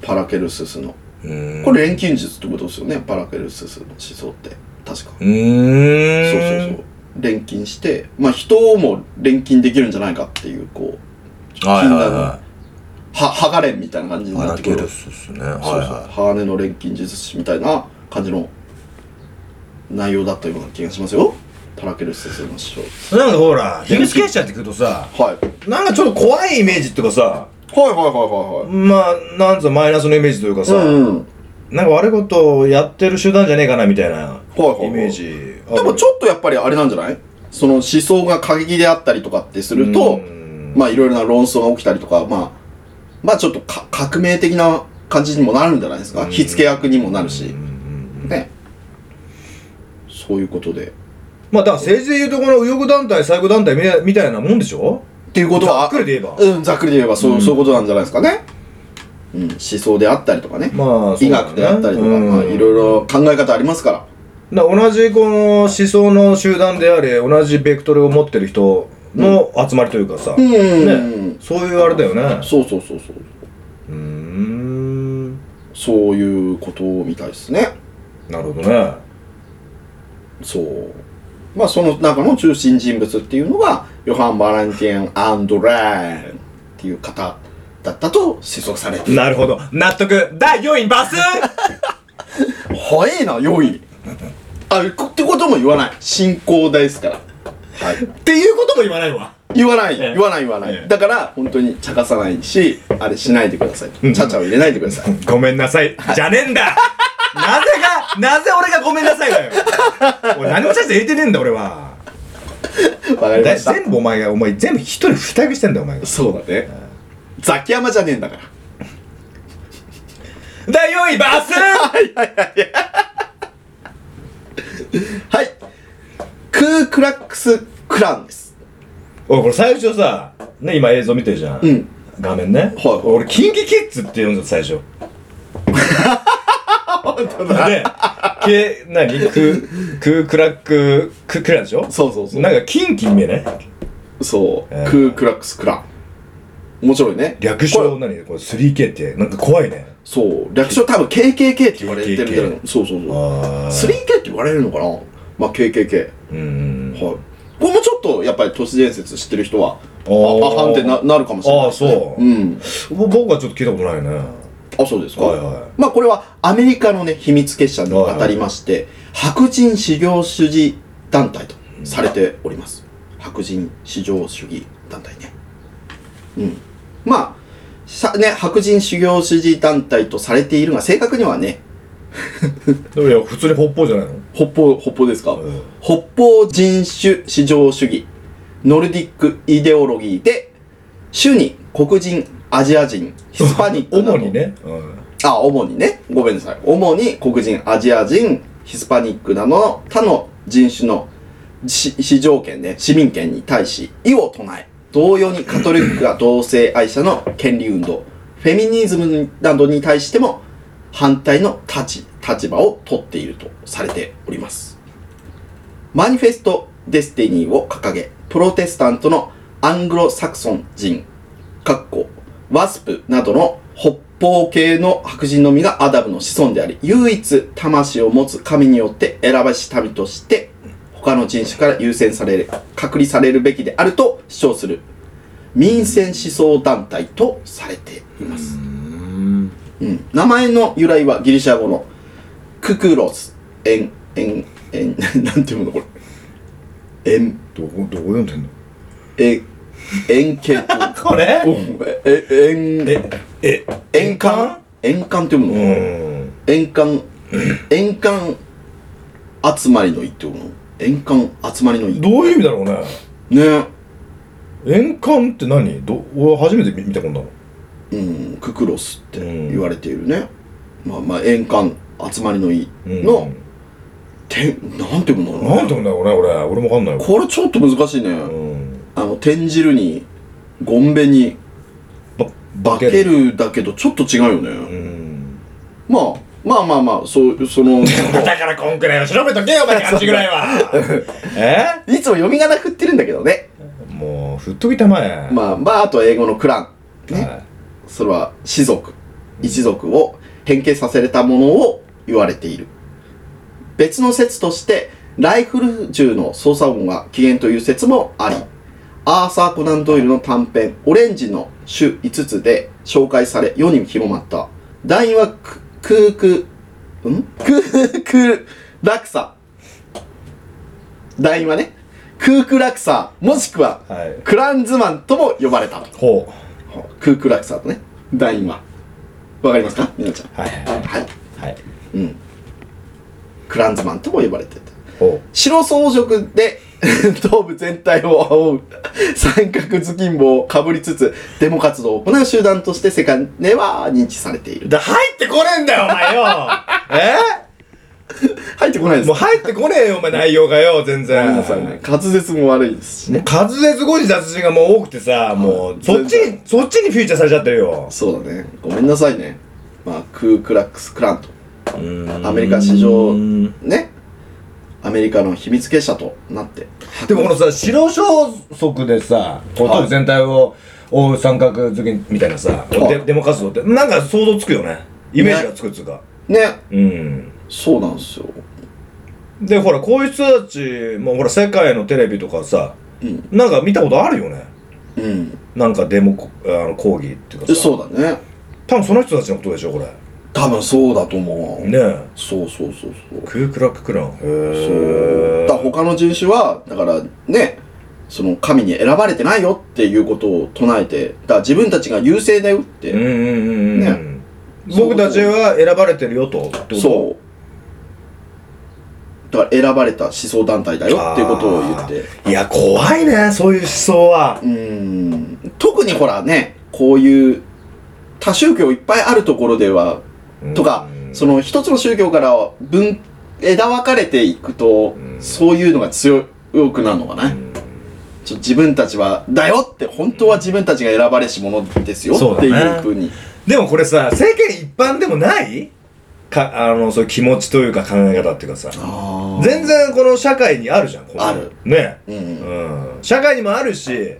S2: パラケルススの
S3: うん
S2: これ錬金術ってことですよねパラケルススの思想って確か
S3: うーん
S2: そうそうそう錬金してまあ人をも錬金できるんじゃないかっていうこう
S3: はいはい
S2: のは
S3: は
S2: 剥がれんみたいな感じ
S3: い
S2: に
S3: パ
S2: な
S3: ラ
S2: って
S3: ケ
S2: くる
S3: ルスですねはい
S2: そうそう
S3: は
S2: 鋼の錬金術師みたいな感じの内容だったような気がしますよパラケルス先生の師匠
S3: いなんかほら秘密結社って聞くとさ
S2: はい
S3: なんかちょっと怖いイメージっていうかさ
S2: はいはいはいはい
S3: まあなんつうのマイナスのイメージというかさ、
S2: うんうん
S3: なんか悪いことをやってる集団じゃねえかなみたいな
S2: はいはい
S3: イメージ
S2: でもち
S3: ょっ
S2: ょっとやっぱりあれなんじゃないその思想が過激であったりとかってするとまあいろいろな論争が起きたりとかまあまあちょっとか革命的な感じにもなるんじゃないですか火付け役にもなるしねそういうことで
S3: まあだから政治でいうとこの右翼団体左翼団体みたいみたいなもんでしょ
S2: っていうことは
S3: ざっくりで言えば
S2: うんざっくりで言えばそう,、そういうことなんじゃないですかね、うん、思想であったりとかね、
S3: まあ
S2: 医学であったりとか、まあいろいろ考え方ありますから
S3: だから同じこの思想の集団であれ同じベクトルを持ってる人の集まりというかさ、
S2: うん、
S3: ねそういうあれだよね
S2: そうそうそうそう
S3: うーん
S2: そういうことみたいですね
S3: なるほどね
S2: そうまあその中の中心人物っていうのがヨハン・バランティン・アンドレーンっていう方だったと推測されている
S3: なるほど納得第4位バ ス
S2: 早いな4位あこってことも言わない信仰ですからはい
S3: っていうことも言わないわ
S2: 言わない、
S3: ええ
S2: 言わない言わない、
S3: ええ
S2: だから本当に茶化さないしあれしないでくださいちゃちゃを入れないでください
S3: ごめんなさいじゃねえん だなぜがなぜ俺がごめんなさいだよ俺何もちゃんと言えてねえんだ俺は
S2: わかりま
S3: だ
S2: した
S3: 全部お前がお前全部一人二役してんだよお前が
S2: そうだねザキヤマじゃねえんだから
S3: 第4位バス
S2: はいクークラックスクランです
S3: おいこれ最初さね今映像見てるじゃん、
S2: うん
S3: 画面ね、
S2: はい
S3: 俺キンキキッズって呼んでた最初本当だでけ何クククラックククラでしょ
S2: そうそうそう
S3: なんかキンキに見えない
S2: そう、
S3: ええ
S2: クークラックスクラン面白いね
S3: 略
S2: こ
S3: 称
S2: れ
S3: 何これ 3K ってなんか怖いね
S2: そう略称多分 KKK って言われてるみたいな
S3: KKK
S2: そうそうそう
S3: あ
S2: 3K って言われるのかなまあ KKK
S3: うん
S2: はいこれもちょっとやっぱり都市伝説知ってる人は
S3: あー
S2: ああはんってななるかもしれない
S3: あーそう
S2: う、ん
S3: ぼ僕はちょっと聞いたことないね
S2: あそうですか、
S3: はいはい
S2: まあこれはアメリカのね秘密結社に当たりまして、白人至上主義団体とされております、白人至上主義団体ねうんまあさね、白人修行主義団体とされているが正確にはね
S3: でもいや普通に北方じゃないの
S2: 北方北方ですか、
S3: ん
S2: 北方人種至上主義ノルディックイデオロギーで主に黒人アジア人ヒスパニックなど
S3: 主にね、うん、
S2: あ、主にね。ごめんなさい。主に黒人、アジア人、ヒスパニックなどの他の人種のし市場権ね、市民権に対し異を唱え、同様にカトリックが同性愛者の権利運動、フェミニズムなどに対しても反対の立ち、立場を取っているとされております。マニフェスト・デスティニーを掲げ、プロテスタントのアングロサクソン人、かっこ、ワスプなどの北方系の白人のみがアダムの子孫であり、唯一魂を持つ神によって選ばし民として、他の人種から優先される、隔離されるべきであると主張する。民選思想団体とされています。うん、名前の由来はギリシャ語のククロス、エン、エン、エン、 なんていうのこれ。エン、
S6: どこ、どこ読んでんの
S2: え、円形と。
S3: これ
S2: うんえ、え、
S3: え、
S2: 円、円環円環って読むの、
S3: うん。
S2: 円環、円環集まりの意ってこと円環集まりの意。ね
S6: どういう意味だろうね。円環って何ど俺初めて見見たこんなの。
S2: うん、ククロスって
S6: うん
S2: 言われているね。まあまあ、円環集まりの意
S6: うん
S2: の、てん、なんて読むの
S6: なんて読んだろうね、俺。俺もわかんないよ。
S2: これちょっと難しいね。
S6: うん。
S2: あの、天汁に、ゴンベに、
S6: ば
S2: 化け。るだけどちょっと違うよね。
S6: うん。
S2: まあ、まあまあまあ、そう、その、
S3: だからこんくらいは調べとけよ、お前感じぐらいは。
S6: え
S2: いつも読み仮名振ってるんだけどね。
S6: もう、振っときたまえ。
S2: まあ、まあ、あとは英語のクラン。ね。
S6: はい
S2: それは、士族。一族を変形させれたものを言われている。別の説として、ライフル銃の操作音が起源という説もあり、アーサー・コナン・ドイルの短編、オレンジの種5つで紹介され、世に広まった。団員はク、クーク、んクーク落差。団員はね、クーク落差、もしくは、
S6: はい
S2: クランズマンとも呼ばれたと。
S6: ほ
S2: クークラクサーとね団員はわかりますかみなち
S6: う。
S2: ゃん
S6: はいはいはい。
S2: はい
S6: はい。
S2: うんクランズマンとも呼ばれてて
S6: ほ
S2: 白装飾で 頭部全体を覆う三角頭巾帽をかぶりつつデモ活動を行う集団として世界では認知されている
S3: だ、入ってこねえんだよ、お前よ。
S2: 入ってこないで
S3: え
S2: す
S3: もう入ってこねえよ、お前内容がよ、全
S2: ご
S3: 然。
S2: めんなさいね滑舌も悪いですしね
S3: 滑舌後に雑誌がもう多くてさ、もう、そっち
S2: 全
S3: に、そっちにフィーチャーされちゃってるよ。
S2: そうだねごめんなさいねまあクークラックス・クランと
S3: ア
S2: アメリカ史上ねアメリカの秘密結社となって
S3: でもこのさ白装束でさこう
S2: はい
S3: 頭部全体を覆う三角頭巾みたいなさ
S2: い
S3: デデモ活動ってなんか想像つくよねイメージがつくっつうか、
S2: ね
S3: うん
S2: そうなんですよ
S3: でほらこういう人たちもほら世界のテレビとかさ、
S2: うん
S3: なんか見たことあるよね
S2: うん
S3: なんかデモこあの抗議っていうか
S2: え
S3: さ
S2: そうだね
S3: 多分その人たちのことでしょこれ
S2: 多分そうだと思う、
S3: ねえ
S2: そうそうそうそう
S3: クークラッククランへ
S2: そう
S3: え
S2: だから他の人種はだからねその神に選ばれてないよっていうことを唱えてだから自分たちが優勢だよ
S3: う
S2: っ
S3: ん
S2: て、
S3: うんうんうん、
S2: ね
S3: 僕たちは選ばれてるよとってこと
S2: そうだから選ばれた思想団体だよっていうことを言って
S3: いや怖いねそういう思想は
S2: うーん特にほらねこういう多宗教いっぱいあるところではとか
S3: うん
S2: その一つの宗教から分枝分かれていくと
S3: ん
S2: そういうのが強くなるのかな、ちょ自分たちはだよって本当は自分たちが選ばれし者ですよ
S3: そう
S2: っ
S3: だ
S2: て
S3: ね
S2: いうふうに
S3: でもこれさ世間一般でもないかあのそういう気持ちというか考え方っていうかさ
S2: あー
S3: 全然この社会にあるじゃんこの
S2: ある
S3: ね
S2: う
S3: うんん社会にもあるし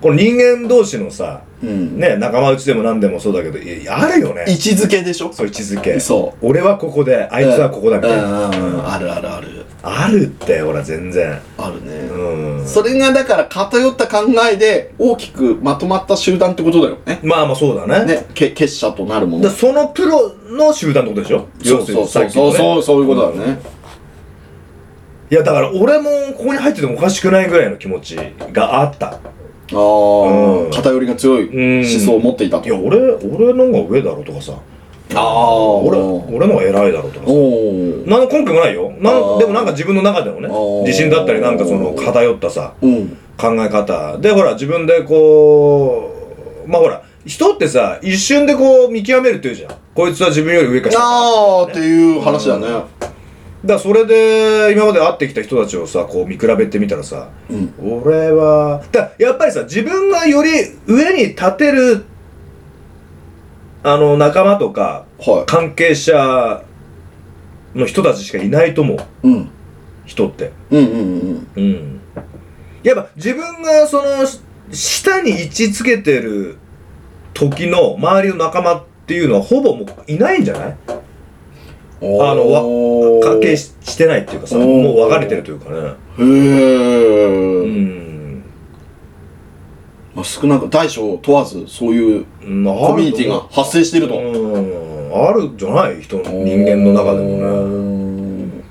S3: この人間同士のさ
S2: うん
S3: ね仲間内でも何でもそうだけどいやあるよね
S2: 位置づけでしょ
S3: そういう位置づけ
S2: そ
S3: 俺はここであ
S2: あ
S3: いつはここだみたいな
S2: あるあるある
S3: あるってほら全然
S2: あるね、
S3: うん
S2: それがだから偏った考えで大きくまとまった集団ってことだよね。
S3: まあまあそうだね
S2: ね、け結社となるもの
S3: だ。そのプロの集団ってことでしょ
S2: そうそ
S3: 要
S2: うそう
S3: する
S2: そ
S3: に
S2: う
S3: さっきの
S2: そう
S3: ね
S2: そういうことだね。
S3: いやだから俺もここに入っててもおかしくないぐらいの気持ちがあった
S2: ああ、
S3: うん
S2: 偏りが強い思想を持っていた
S3: い
S2: と。
S3: や俺俺の方が上だろとかさ
S2: ああ、
S3: 俺
S2: お
S3: 俺の方が偉いだろとかさ
S2: お。
S3: 何の根拠もないよな
S2: あー
S3: んでもなんか自分の中でのね
S2: あー
S3: 自信だったりなんかその偏ったさ
S2: うん。
S3: 考え方でほら自分でこうまあほら人ってさ一瞬でこう見極めるっていうじゃんこいつは自分より上か下か
S2: ああ、っていう話だね。
S3: だからそれで今まで会ってきた人たちをさこう見比べてみたらさ
S2: うん。
S3: 俺はだやっぱりさ自分がより上に立てるあの仲間とか
S2: は
S3: 関係者の人たちしかいないと思う
S2: い。うん。
S3: 人って
S2: うんうんうん。
S3: うんやっぱ自分がそのし下に位置つけてる時の周りの仲間っていうのはほぼもういないんじゃないあのわ関係
S2: し。
S3: ししてないっていうかさ
S2: お
S3: も
S2: ー
S3: う別れてるというかね
S2: へえ。
S3: うん
S2: ああ少なく大小問わずそういうコ
S3: コ
S2: ミュニティが発生していると
S3: うんあるんじゃない人の人間の中でもね
S2: ね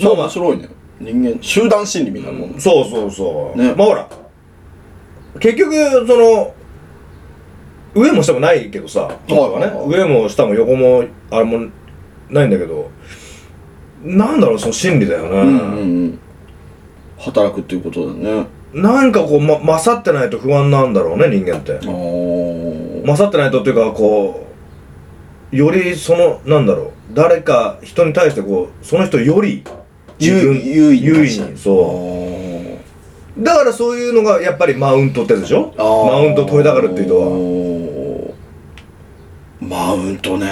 S2: そう面白いね人間集団心理みたいなもん
S3: そうそうそう、
S2: ね
S3: まあほら結局その上も下もないけどさ、
S2: はい
S3: ね、上も下も横もあれもないんだけどなんだろうその心理だよね、
S2: うんうんうん働くっていうことだね
S3: なんかこう、ま、勝ってないと不安なんだろうね人間って
S2: あー
S3: 勝ってないとっていうかこうよりそのなんだろう誰か人に対してこうその人より
S2: 優優位に
S3: 優
S2: 対
S3: 位
S2: して
S3: にそうだからそういうのがやっぱりマウントってやつでしょ
S2: あー
S3: マウント取りたがるっていう人は
S2: マウントね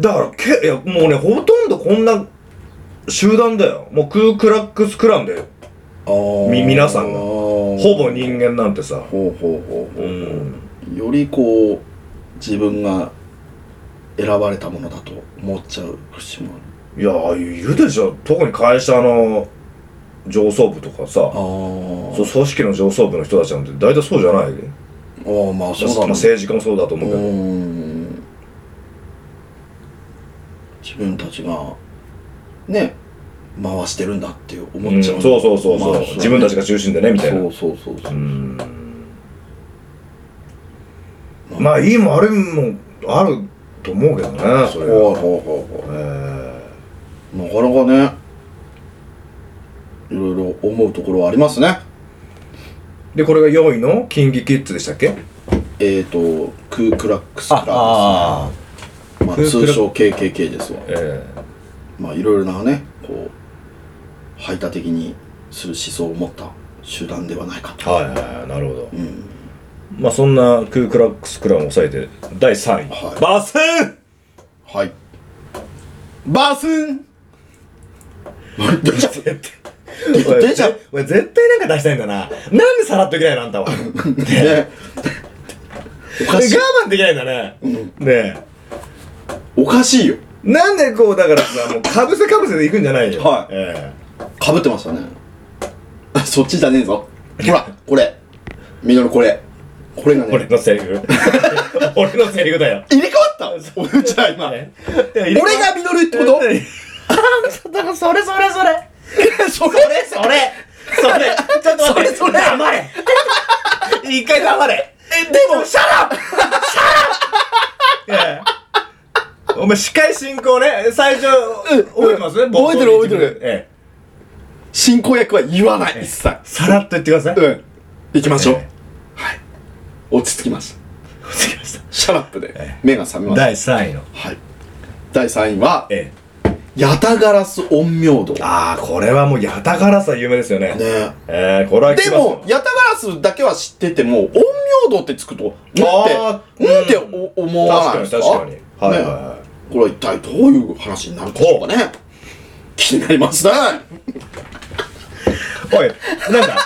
S3: だからけいやもうねほとんどこんな集団だよもうクークラックスクラムだよみ皆さんが
S2: ほ
S3: ほぼ人間なんてさ
S2: ほうほうほうほう、
S3: うん
S2: よりこう自分が選ばれたものだと思っちゃう節も
S3: いやいるでしょ特に会社の上層部とかさ
S2: ある
S3: そう組織の上層部の人たちなんて大体そうじゃない
S2: あーまあそう
S3: まあ
S2: だね
S3: 政治家もそうだと思うけ
S2: う
S3: ど
S2: ん自分たちがね回してるんだって思っちゃう、
S3: うんそうそうそうそう、
S2: まあ
S3: 自分たちが中心でねみたいな
S2: そうそうそうそうう、
S3: んまあいいも悪いもあると思うけどねそれは
S2: ほうほうほうほう
S3: えー
S2: なかなかねいろいろ思うところはありますね
S3: でこれが4位のキンキキッズでしたっけ
S2: えーとクークラックスクラブ
S5: あ
S2: ですねまあ、
S3: クークラ
S2: 通称 KKK ですわ
S3: え
S2: まあいろいろなねこう排他的にする思想を持った集団ではないか
S3: え
S2: と、
S3: はいはいはいなるほど
S2: うん、
S3: まあそんなクークラックスクラムを抑えて第3位、
S2: はい
S3: バスン
S2: はいバスン 出ちゃう
S3: 俺絶対なんか出したいんだななんでさらっといけないのあんたは我
S2: ねおかしい
S3: 慢できないんだね、ね
S2: おかしいよ
S3: えなんでこうだからさもうかぶせかぶせでいくんじゃないよ
S2: はい
S3: え
S2: かぶってましたね そっちじゃねえぞほらこれみのるこれこれが
S3: え 俺
S2: ね
S3: のセリフ俺のセリフだよ
S2: 入れ替 わった俺じゃあ今
S3: ね
S2: 俺がみのるっ てこと
S3: え
S5: それそれそ れ
S2: それ
S5: それそれちょっと待ってそれそれ黙れ一回黙れえでもシャラッ
S3: ええお前司会進行ね最初覚えてます
S2: うん覚えてる
S3: 冒頭に
S2: 覚えてる
S3: え
S2: 進行役は言わない一切
S3: えさらっと言ってください
S2: うん行きましょう、
S3: え
S2: はい落ち着きました
S3: つきました
S2: シャラップで目が覚めました
S3: 第3位の
S2: はい第3位は
S3: ええ
S2: ヤタガラス陰陽道ね
S3: ああこれはもうやたがらさ有名ですよねええこれは聞き
S2: で
S3: ます
S2: もヤタガラスだけは知ってても陰陽道ってつくとなん
S3: あ
S2: て
S3: ー
S2: なんて
S3: う
S2: お思わないですか
S3: 確かに確かにはいはい
S2: ね
S3: は
S2: これは一体どういう話になるんでしょうかね気になりますね
S3: いおいなんだ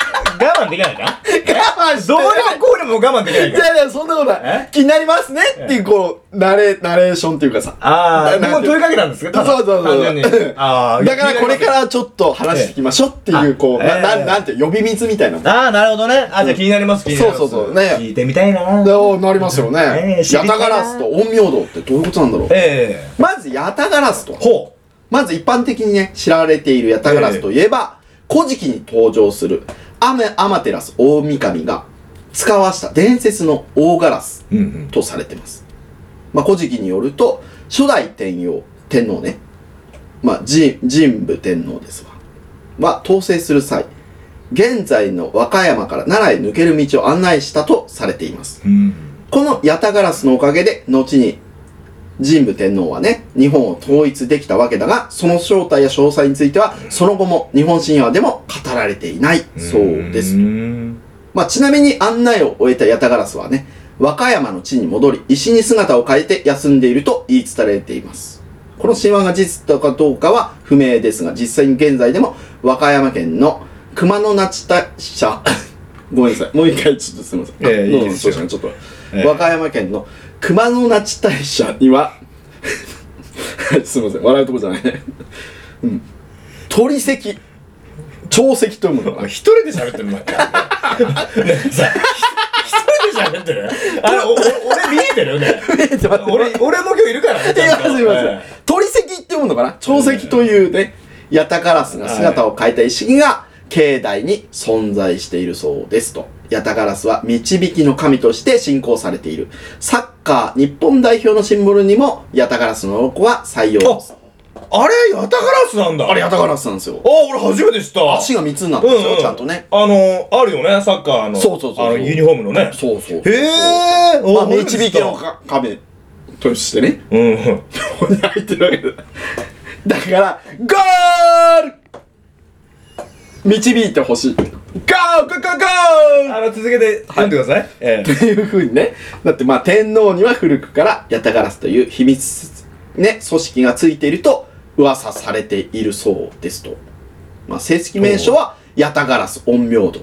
S5: 我慢できないな
S2: 我慢して
S3: どうでもこうでも我慢できない
S2: い
S3: から
S2: やいやそんなことな
S3: え
S2: い気になりますねっていうこうナレナレーションっていうかさ
S3: ああ
S2: な
S3: も
S2: な
S3: う
S2: んて
S3: 問いかけたんですけど
S2: そうそうそう
S3: ああ
S2: だからこれからちょっと話していきましょうっていうこう
S3: ええ
S2: なななんて呼び水みたいな
S3: ああなるほどねあじゃあ気になります気になります
S2: そうそうそうね
S3: 聞いてみたいな
S2: そうなりますよ
S3: ええ
S2: ね
S3: 知りた
S2: ヤ
S3: いな
S2: タガラスと陰陽道ってどういうことなんだろう
S3: ええ
S2: まずヤタガラスと
S3: ほ
S2: まず一般的にね、知られているヤタガラスといえば、古事記に登場する、アメアマテラス大神が使わした伝説の大ガラス
S3: ううんうん
S2: とされてます。まあ、古事記によると、初代天皇、天皇ね、まあ、神神武天皇ですわ。は、統制する際、現在の和歌山から奈良へ抜ける道を案内したとされています。
S3: うん
S2: このヤタガラスのおかげで、後に神武天皇はね、日本を統一できたわけだが、その正体や詳細については、その後も日本神話でも語られていないそうです。
S3: ん
S2: まあ、ちなみに案内を終えたヤタガラスはね、和歌山の地に戻り、石に姿を変えて休んでいると言い伝えられています。この神話が事実だかどうかは不明ですが、実際に現在でも和歌山県の熊野那智大社、 ごめんなさい、もう一回ちょっとすみません。
S3: ええいいですよ
S2: そうちょっと、
S3: ええ
S2: 和歌山県の熊野那智大社には、 すみません、笑うとこじゃないね。うん。鳥石、鳥石というものが
S3: 一人で喋ってるの
S5: 一人で喋ってるあれ、おお俺見えてるね。
S2: えちょっ と待って
S3: 俺、俺も今日いるからね。
S2: い
S3: ちゃん
S2: や
S3: と
S2: すいませ
S3: は
S2: ん。鳥石って読むのかな鳥石というね、ヤタガラスが姿を変えた意識が境内に存在しているそうですと。ヤタガラスは導きの神として信仰されている。サッカー日本代表のシンボルにもヤタガラスのロゴは採用。
S3: ああれ、ヤタガラスなんだ。
S2: あれヤ
S3: あ、
S2: タガラスなんですよ。
S3: 俺初めて知った。
S2: 足が3つになってますよ、ちゃんとね。
S3: あの、あるよね、サッカーの。
S2: そうそうそうそう
S3: あの、ユニフォームのね。
S2: そうそう。
S3: へえ。
S2: まあ、
S3: お初めて知
S2: 導
S3: っ
S2: き
S3: た
S2: の神としてね。
S3: うん。
S2: ここに入ってるわけだ。だから、ゴール導いてほしい。ゴーゴーゴーゴー
S3: あの、続けて読んでください。ええ
S2: っていうふうにね。だってまあ天皇には古くからヤタガラスという秘密、ね、組織がついていると噂されているそうですと。まあ正式名称はヤタガラス陰陽道。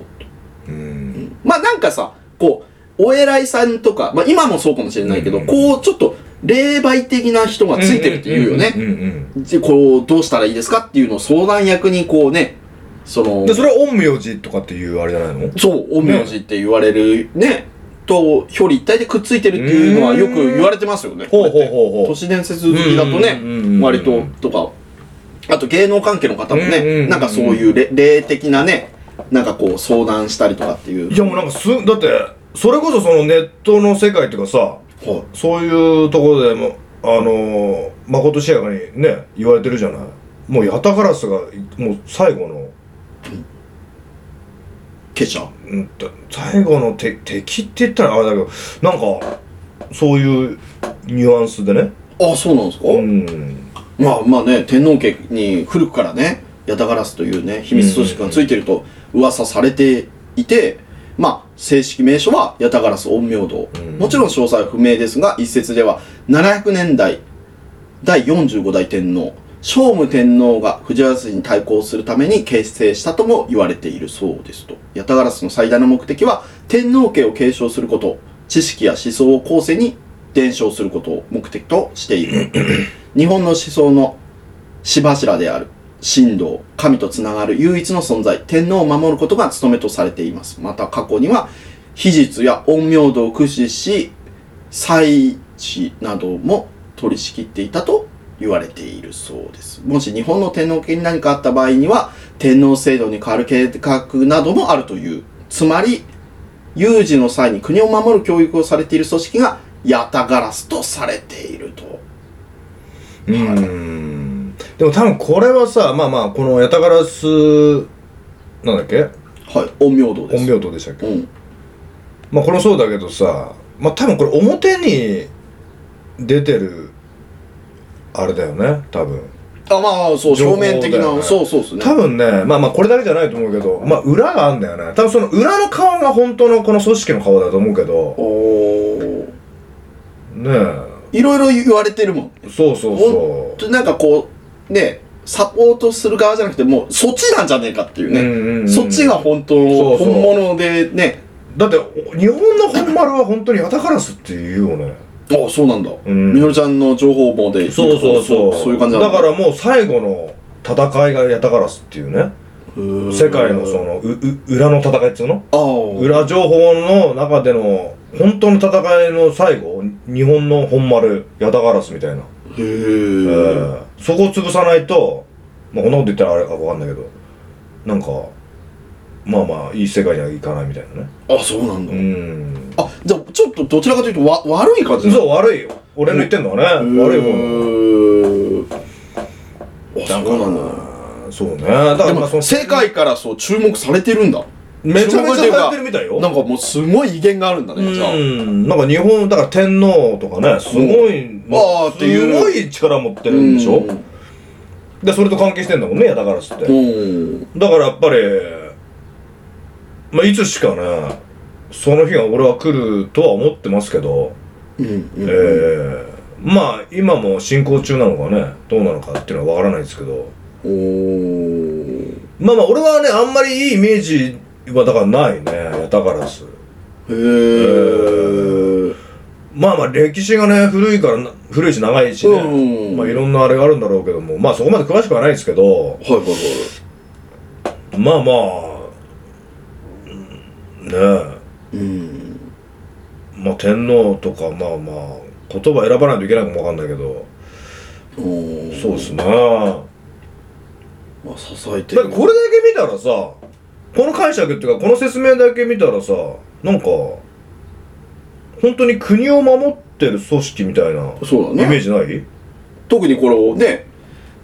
S3: うん。
S2: まあなんかさ、こう、お偉いさんとか、まあ今もそうかもしれないけど、
S3: うん
S2: こうちょっと霊媒的な人がついてるっていうよね。
S3: うんうん
S2: でこうどうしたらいいですかっていうのを相談役にこうねその
S3: うん。で、それは陰陽師とかっていうあれじゃないの
S2: そう陰陽師って言われるねと表裏一体でくっついてるっていうのはよく言われてますよね
S3: ほうほうほ
S2: う
S3: うほ
S2: 都
S3: う。
S2: 市伝説好きだと
S3: うんうんうんうん
S2: ね割ととかあと芸能関係の方も
S3: うんうんうんう
S2: ね
S3: ん
S2: なんかそういうれ霊的なねなんかこう相談したりとかっていう
S3: いやもうなんかす、だって、それこそそのネットの世界っていうかさ、
S2: はい
S3: そういうところでも、あのー、まことしやかにね、言われてるじゃない。もう、ヤタガラスが、もう最後の、
S2: 結社
S3: うんと、最後のて敵って言ったらあれだけど、なんか、そういうニュアンスでね。
S2: あそうなんですか、
S3: うん。
S2: まあまあね天皇家に古くからねヤタガラスというね秘密組織がついてると噂されていて、まあ正式名称はヤタガラス陰陽道、
S3: ん
S2: もちろん詳細は不明ですが一説では700年代第45代天皇聖武天皇が藤原氏に対抗するために結成したとも言われているそうですとヤタガラスの最大の目的は天皇家を継承すること知識や思想を後世に伝承することを目的としている日本の思想の死柱である神道神とつながる唯一の存在天皇を守ることが務めとされていますまた過去には秘術や陰陽道を駆使し祭祀なども取り仕切っていたと言われているそうですもし日本の天皇家に何かあった場合には天皇制度に代わる計画などもあるというつまり有事の際に国を守る教育をされている組織がヤタガラスとされていると
S3: うん。でも多分これはさ、まあまあ、このヤタガラス、なんだっけ
S2: はい陰陽道です
S3: 陰陽道でしたっけ
S2: うん
S3: まあこれもそうだけどさまあ多分これ表に出てるあれだよね多分
S2: あまあそう
S3: 情
S2: 正
S3: 報だよ
S2: 面
S3: ね
S2: 的な、そうそうですね
S3: 多分ねまあまあこれだけじゃないと思うけどまあ裏があんだよね多分その裏の顔が本当のこの組織の顔だと思うけど
S2: おー
S3: ね
S2: いろいろ言われてるもん
S3: えそうそう
S2: ほ
S3: そ
S2: んとなんかこうねサポートする側じゃなくてもうそっちなんじゃねえかってい
S3: う、
S2: うね、
S3: うんうんうん
S2: そっちが本当
S3: そうそう
S2: 本物でね
S3: だってお日本の本丸は本当にヤタガラスっていうよね
S2: ああそうなんだ、
S3: うん
S2: みのりちゃんの情報網でそういう感じな
S3: だ
S2: んだ
S3: からもう最後の戦いがヤタガラスっていうね世
S2: 世
S3: 界のそのうう裏の戦いっつうの
S2: ああ
S3: 裏情報の中での本当の戦いの最後日本の本丸ヤタガラスみたいな、
S2: へ
S3: え
S2: え
S3: ーそこを潰さないと、まあ、こんなこと言ったらあれかわかんないけどなんかまあまあいい世界にはいかないみたいなね
S2: あそうなん
S3: う
S2: だ、
S3: ん
S2: あじゃあちょっとどちらかというとわ悪い感じなの
S3: そう悪いよ俺の言ってんのはね悪い方
S2: うーんあそうなんだね
S3: そうねだか
S2: で
S3: らまあそ
S2: も
S3: の
S2: 世界からそう注目されてるんだ
S3: めちゃめちゃ流行ってるみたいよ
S2: なんかもうすごい威厳があるんだねじゃ
S3: う
S2: あ
S3: んなんか日本だから天皇とかねすごい、ま
S2: あーっていう
S3: すごい力持ってるんでしょ、
S2: うん
S3: でそれと関係してんだもんねヤタガラスって、
S2: うん
S3: だからやっぱりまあいつしかねその日が俺は来るとは思ってますけど、
S2: うんうん
S3: えーまあ今も進行中なのかねどうなのかっていうのはわからないですけど
S2: おー
S3: まあまあ俺はねあんまりいいイメージはだからないねヤタガラス
S2: へー
S3: まあまあ歴史がね古いからな古いし長いしね、
S2: うん
S3: まあいろんなあれがあるんだろうけどもまあそこまで詳しくはないですけど
S2: はいはいはい
S3: まあまあ、うねえまあ天皇とかまあまあ言葉選ばないといけないかもわかんないけど
S2: うん
S3: そうですねだって
S2: まあ、支えてる
S3: これだけ見たらさこの解釈っていうかこの説明だけ見たらさなんか本当に国を守ってる組織みたいなイ
S2: そうだね
S3: メージない
S2: 特にこれをね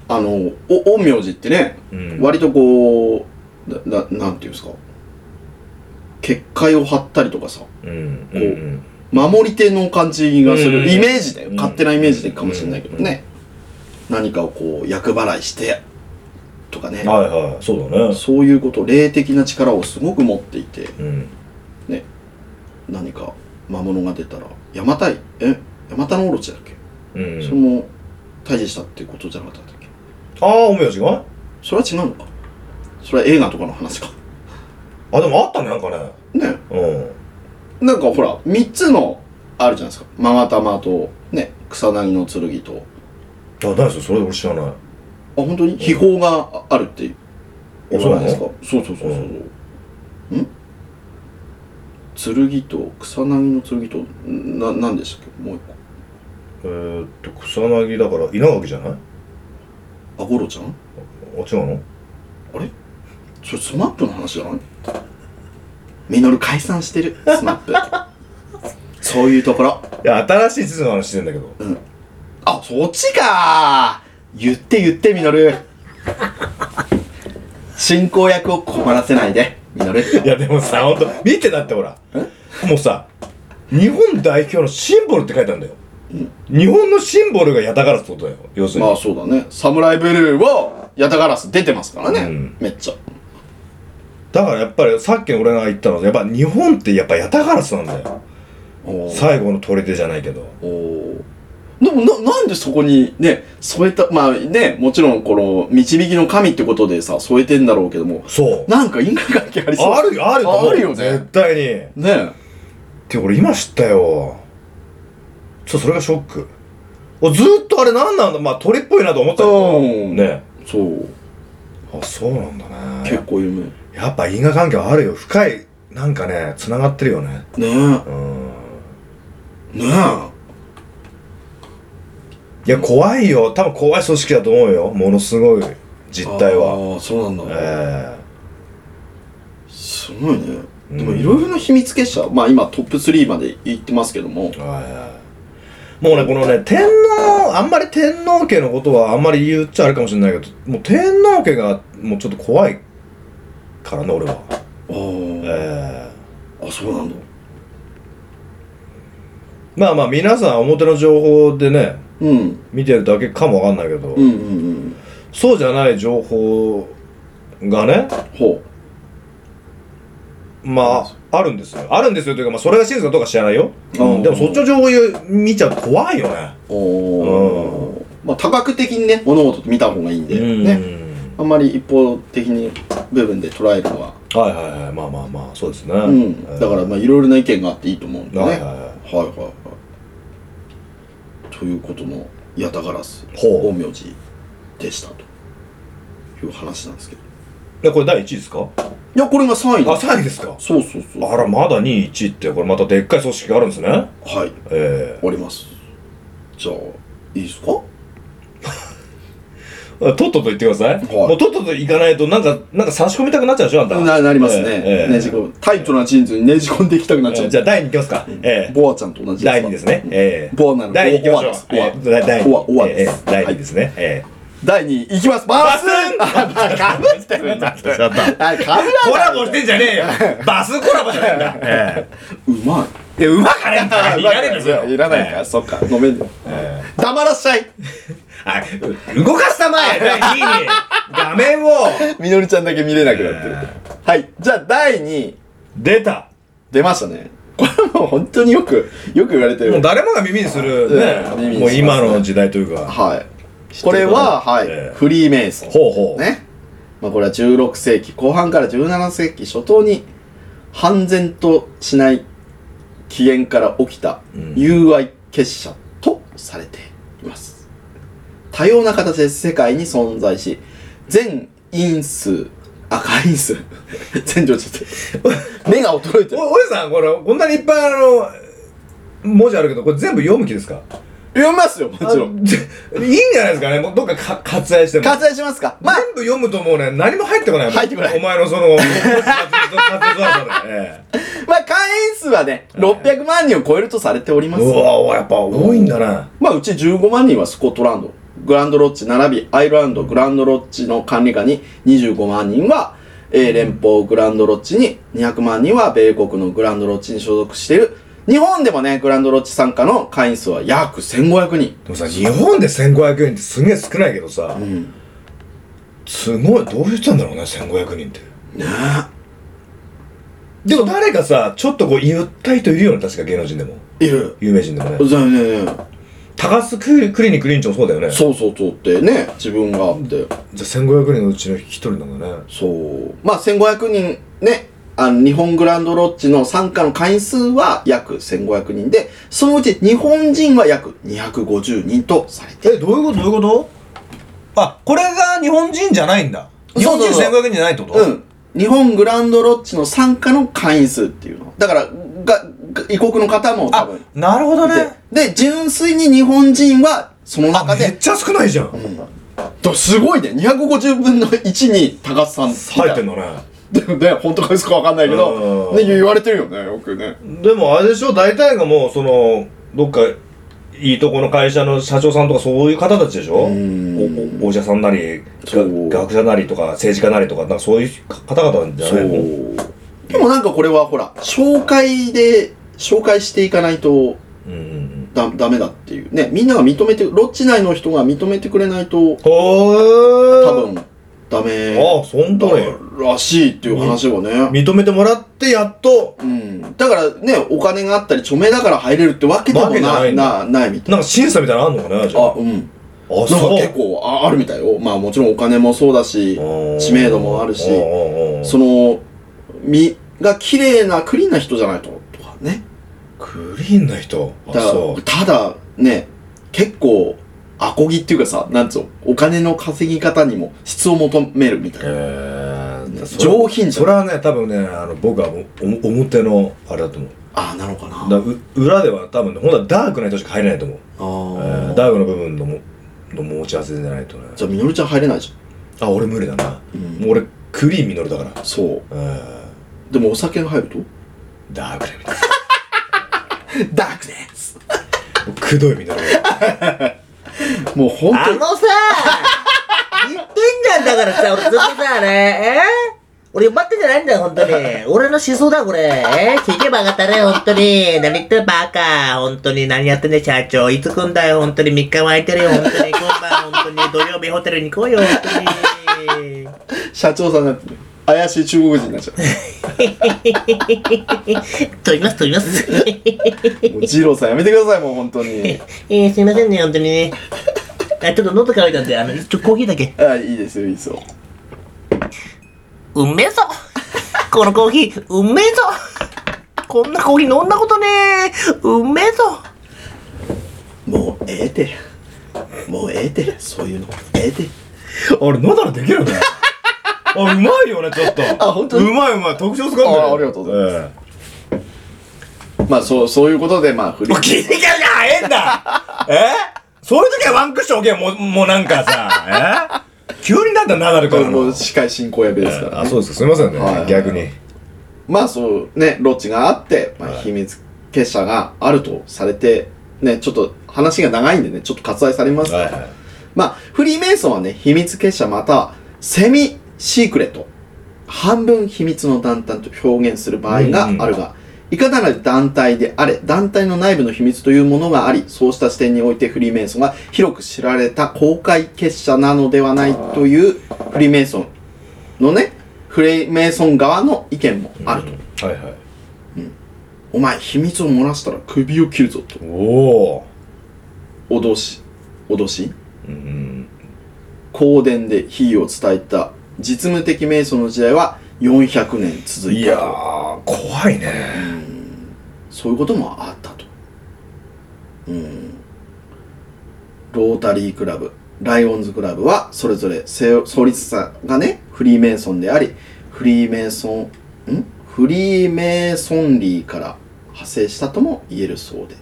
S2: あのお陰陽師ってね、
S3: うん
S2: 割とこうなななんていうんですか結界を張ったりとかさ
S3: うんうんうん
S2: 守り手の感じがす
S3: うん
S2: るイメージだよ、
S3: うん
S2: 勝手なイメージでかもしれないけどね、何かをこう厄払いしてとかね
S3: はいはいそうだね
S2: そういうこと霊的な力をすごく持っていて
S3: うん
S2: 何か魔物が出たら邪馬台え邪馬台のオロチだっけ、
S3: うん
S2: それも退治したってことじゃなかったっけ
S3: ああおみやしが
S2: それは違うのかそれは映画とかの話か
S3: あでもあったねなんかね
S2: ね
S3: うん
S2: なんかほら3つのあるじゃないですか勾玉とね草薙の剣と
S3: あ何それそれ俺知らない
S2: あ本当に秘宝があるって言わないですかそうそうそうそう、ん剣と草薙の剣とな何でしたっけもう一
S3: えーっと草薙だから稲垣じゃない
S2: 個あゴロちゃん
S3: あ違うの
S2: それスマップの話じゃないミノル解散してるスマッ プそういうところ
S3: いや新しい地図の話してんだけど
S2: あそっちか言って言ってみのる進行役を困らせないでみのる
S3: いやでもさほんと見てだってほらもうさ日本代表のシンボルって書いてあるんだよ、日本のシンボルがヤタガラスってことだよ要するに、
S2: まあそうだね「サムライブルー」はヤタガラス出てますからね、
S3: うん
S2: めっちゃ
S3: だからやっぱりさっき俺が言ったのはやっぱ日本ってやっぱヤタガラスなんだよ
S2: おー
S3: 最後の砦じゃないけど
S2: おーでもななんでそこにね添えたまあねもちろんこの導きの神ってことでさ添えてんだろうけども
S3: そう
S2: なんか因果関係ありそう
S3: あるよあると思う
S2: あるよね
S3: 絶対にっ
S2: ねえ
S3: て俺今知ったよちょっとそれがショック俺ずーっとあれ何なんだまあ鳥っぽいなと思ったよ
S2: うん
S3: ね
S2: そう
S3: あそうなんだね
S2: 結構有名
S3: やっぱ因果関係はあるよ深いなんかねつながってるよね
S2: ね
S3: うん
S2: えねえ
S3: いや怖いよ多分怖い組織だと思うよものすごい実態は
S2: ああそうなんだ、
S3: え
S2: すごいね
S3: うん
S2: でもいろいろな秘密結社まあ今トップ3まで行ってますけども
S3: えはいもうねこのね天皇あんまり天皇家のことはあんまり言っちゃあれかもしれないけどもう天皇家がもうちょっと怖いからね俺は
S2: あー、
S3: え
S2: あそうなんだ
S3: えまあまあ皆さん表の情報でね
S2: うん
S3: 見てるだけかもわかんないけど、
S2: うんうんうん
S3: そうじゃない情報がね
S2: ほ
S3: まあ、あるんですよ。あるんですよというか、まあ、それが真実かどうか知らないよ。
S2: あー
S3: うんでも、そっちの情報見ちゃうと怖いよね。
S2: うおーまあ多角的にね物事って見た方がいいんで、ね
S3: ね。
S2: あんまり一方的に部分で捉えるのは、
S3: はいはいはい。まあまあまあ、そうですね。
S2: う
S3: え
S2: ん、
S3: ー
S2: だからまあいろいろな意見があっていいと思うんでね
S3: はいはいは
S2: はいはいということの八田ガラス
S3: ほう
S2: 陰陽師でしたという話なんですけど
S3: で、これ第1位ですかあ、
S2: いやこれが3位だ
S3: 3位ですか
S2: そうそうそう
S3: あら、まだ2位、1位って、これまたでっかい組織があるんですね。
S2: はい
S3: え
S2: 終わりますじゃあいいですか
S3: えとっとと言ってください。もうとっとと行かないと、なんか、なんか差し込みたくなっちゃうでしょ、あんた。
S2: ななりますね、
S3: ええ
S2: ねじ込むタイトなジーンズにねじ込んでいきたくなっちゃ
S3: え
S2: う、
S3: えじゃあ、第2位いきますか。ええ
S2: ボアちゃんと同じ
S3: 第2位ですね。ええ
S2: ボアなの
S3: 第2位いきましょう。
S2: ボア
S3: ええ第2位。
S2: ボアボアです
S3: ええ第2位ですね。ええ
S2: 第2位いきますバースンあか ぶってるんだ
S3: ちょっと
S2: あかぶ
S3: コラボしてんじゃねえ よバスコラボじゃないんだ、え
S2: うま
S3: え、
S2: い
S3: いやうまかねえんだいらねえんですよ
S2: いらないか、そっかごめんね、黙らっしゃい
S3: あ動かしたまえいいね画面を
S2: みのりちゃんだけ見れなくなってる、はいじゃあ第2位
S3: 出た
S2: 出ましたねこれもう本当によくよく言われてる
S3: もう誰もが耳にするね
S2: ええ耳にしますね
S3: もう今の時代というか
S2: はい。これは、はい、
S3: ええ
S2: フリーメイソン。
S3: ほうほう
S2: ね。まあこれは16世紀後半から17世紀初頭に、半然としない起源から起きた
S3: ん
S2: 友愛結社とされています。多様な形で世界に存在し、全因数、 赤いんす。全部ちょっと。 目が衰えてる。
S3: お、おじさん、これ、こんなにいっぱいあの、文字あるけど、これ全部読む気ですか
S2: 読みますよ、もちろん。
S3: あいいんじゃないですかね。もうどっかか割愛しても。
S2: 割愛しますかまあ、
S3: 全部読むともうね、何も入ってこないもん。
S2: 入ってこない
S3: お前のその、活動で。ええ
S2: まあ、会員数はね、600万人を超えるとされております。
S3: うわおやっぱ多いんだな。
S2: まあ、うち15万人はスコットランド、グランドロッジ並び、アイルランド、グランドロッジの管理下に25万人は、えー連邦グランドロッジに、200万人は米国のグランドロッジに所属している。日本でもね、グランドロッジ参加の会員数は約1500人。
S3: でもさ、日本で1500人ってすげえ少ないけどさ、
S2: うん。
S3: すごい、どうしてたんだろうね、1500人って。
S2: ね
S3: でも誰かさ、ちょっとこう、言った人いるよね、確か芸能人でも。
S2: え。いる。
S3: 有名人でもね。
S2: そうねね。
S3: 高須ククリニック院長もそうだよね。じゃ
S2: そうそうそうってね、自分があって。
S3: あ1500人のうちの一人なんだね。
S2: そう。まあ、1500人ね、あの、日本グランドロッジの参加の会員数は約1500人で、そのうち日本人は約250人とされている。
S3: え、どういうことどういうことあ、これが日本人じゃないんだ。日本人
S2: そうそうそう
S3: 1500人じゃないってこと
S2: うん。日本グランドロッジの参加の会員数っていうの。だから、が、が異国の方も多
S3: あ
S2: 分いて。、
S3: なるほどね。
S2: で、純粋に日本人は、その
S3: あ、
S2: 中
S3: めっ
S2: で、
S3: ちゃ少ないじゃん。
S2: とすごいね、250分の1に高須さん
S3: 入ってんだね。
S2: でもね、本当か嘘かわかんないけど、
S3: うん
S2: ね、言われてるよね、よくね。
S3: でもあれでしょ大体がもうそのどっかいいとこの会社の社長さんとかそういう方たちでしょお
S2: ん
S3: おお医者さんなり
S2: そう
S3: が学者なりとか政治家なりとかなんかそういう方々なんじゃないの
S2: でもなんかこれはほら、紹介で、紹介していかないと
S3: うんうんうん
S2: だ、ダメだっていう。ね、みんなが認めて、ロッチ内の人が認めてくれない
S3: ほ
S2: と、
S3: ー
S2: 多分、ダメ。
S3: ああそんとね
S2: らしいっていう話をね。
S3: 認めてもらってやっと
S2: うん。だからね、お金があったり、著名だから入れるってわけでも
S3: わけじゃ
S2: な、
S3: ないいんだ
S2: な、ないみたい。
S3: なんか審査みたいなのあんのかなじゃあ
S2: あ、うん。
S3: あ
S2: なんか結構ああるみたいよ。まあもちろんお金もそうだし、知名度もあるし、そ
S3: の
S2: の、身が綺麗な、クリーンな人じゃないと、とかね。
S3: クリーンな人あ
S2: だ
S3: そう
S2: ただね結構アコギっていうかさなんつうのお金の稼ぎ方にも質を求めるみたい
S3: え
S2: な、
S3: ーそれ
S2: 上品じ
S3: そ
S2: ゃん
S3: れ
S2: あ
S3: はね多分ねあの僕はおお表のあれだと思う
S2: あなのかな
S3: だう裏では多分ねほんとはダークな人しか入れないと思う、
S2: あ
S3: え
S2: ー
S3: ーダークの部分のもの持ち合わせでないとね
S2: じゃあみのりちゃん入れないじ
S3: あ俺無理だな、
S2: うん
S3: もう俺クリーンミノルだから
S2: ゃんそう
S3: うん
S2: でもお酒が入ると
S3: ダークなミノ
S2: ダークネス
S3: ルくどいミノル
S2: もう本
S5: あ
S2: 当に
S5: のさ、言ってんじゃんだからさ、俺ずっとさ、あれ、え俺呼ばってんじゃないんだよ、本当に。俺の思想だ、これ。え聞けばがたれ、本当に。何言ってんバカ。本当に何やってんね社長。いつ来んだよ、本当に。3日も空いてるよ、本当に。今晩、本当に。土曜日ホテルに来いよ、本当に。
S2: 社長さんになってね怪しい中国人になっち ゃ
S5: 飛びます、飛びます。
S2: うもう二郎さんやめてくださいもう本当 に
S5: えー、すいませんね、本当にね。あちょっと喉乾いたんで、あの、ちょ、コーヒーだけ。
S2: あいいですよいいですよ
S5: うめえぞこのコーヒー、うめえぞこんなコーヒー飲んだことねえうめえぞ
S2: もうええてもうええてそういうのええて
S3: あれなんだらでき るねあうまいよねちょっと
S2: あ本当に
S3: うまいうまい特徴つかんでる
S2: あありがとうござ
S3: います、
S2: まあそうそういうことでまあ振り
S3: ええ、聞いてきゃじゃ早えん だえそういう時はワンクッション置けよもうもうなんかさえ急になんだナダルから
S2: も
S3: の
S2: う司会進行役ですから、ね、
S3: あそうですかすいませんね、
S2: はい
S3: 逆に
S2: まあそうね、ロッチがあって、まあ、秘密結社があるとされて、ね、ちょっと話が長いんでね、ちょっと割愛されますから、
S3: はいはい
S2: まあ、フリーメイソンはね、秘密結社またはセミシークレット、半分秘密の団体と表現する場合があるが、いかなる団体であれ、団体の内部の秘密というものがあり、そうした視点においてフリーメイソンが広く知られた公開結社なのではないというフリーメイソンのね、フリーメイソン側の意見もあると。
S3: はいはい
S2: お前秘密を漏らしたら首を切るぞと
S3: おお
S2: 脅し脅し
S3: うん
S2: 公伝で非意を伝えた実務的瞑想の時代は400年続
S3: い
S2: い
S3: や
S2: たと
S3: ー怖いね
S2: そういうこともあったとうんロータリークラブライオンズクラブはそれぞれせ創立者がねフリーメイソンでありフリーメイソンんフリーメイソンリーから派生したとも言えるそうで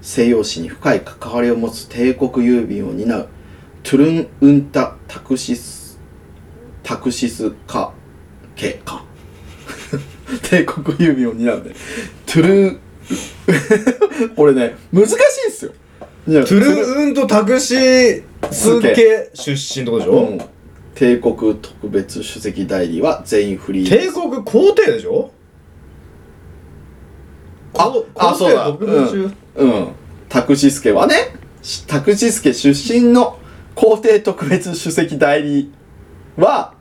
S2: 西洋史に深い関わりを持つ帝国郵便を担うトゥルン・ウンタ・タクシスタクシスカ系か 帝国郵便を担うねトゥルン これね難しいんすよいや
S3: トゥルンウンとタクシースケ出身ってことでしょ、
S2: うん帝国特別主席代理は全員フリー
S3: 帝国皇帝でしょ
S2: ああそうだ
S3: 皇帝は特別
S2: うんタクシスケはねしタクシスケ出身の皇帝特別主席代理は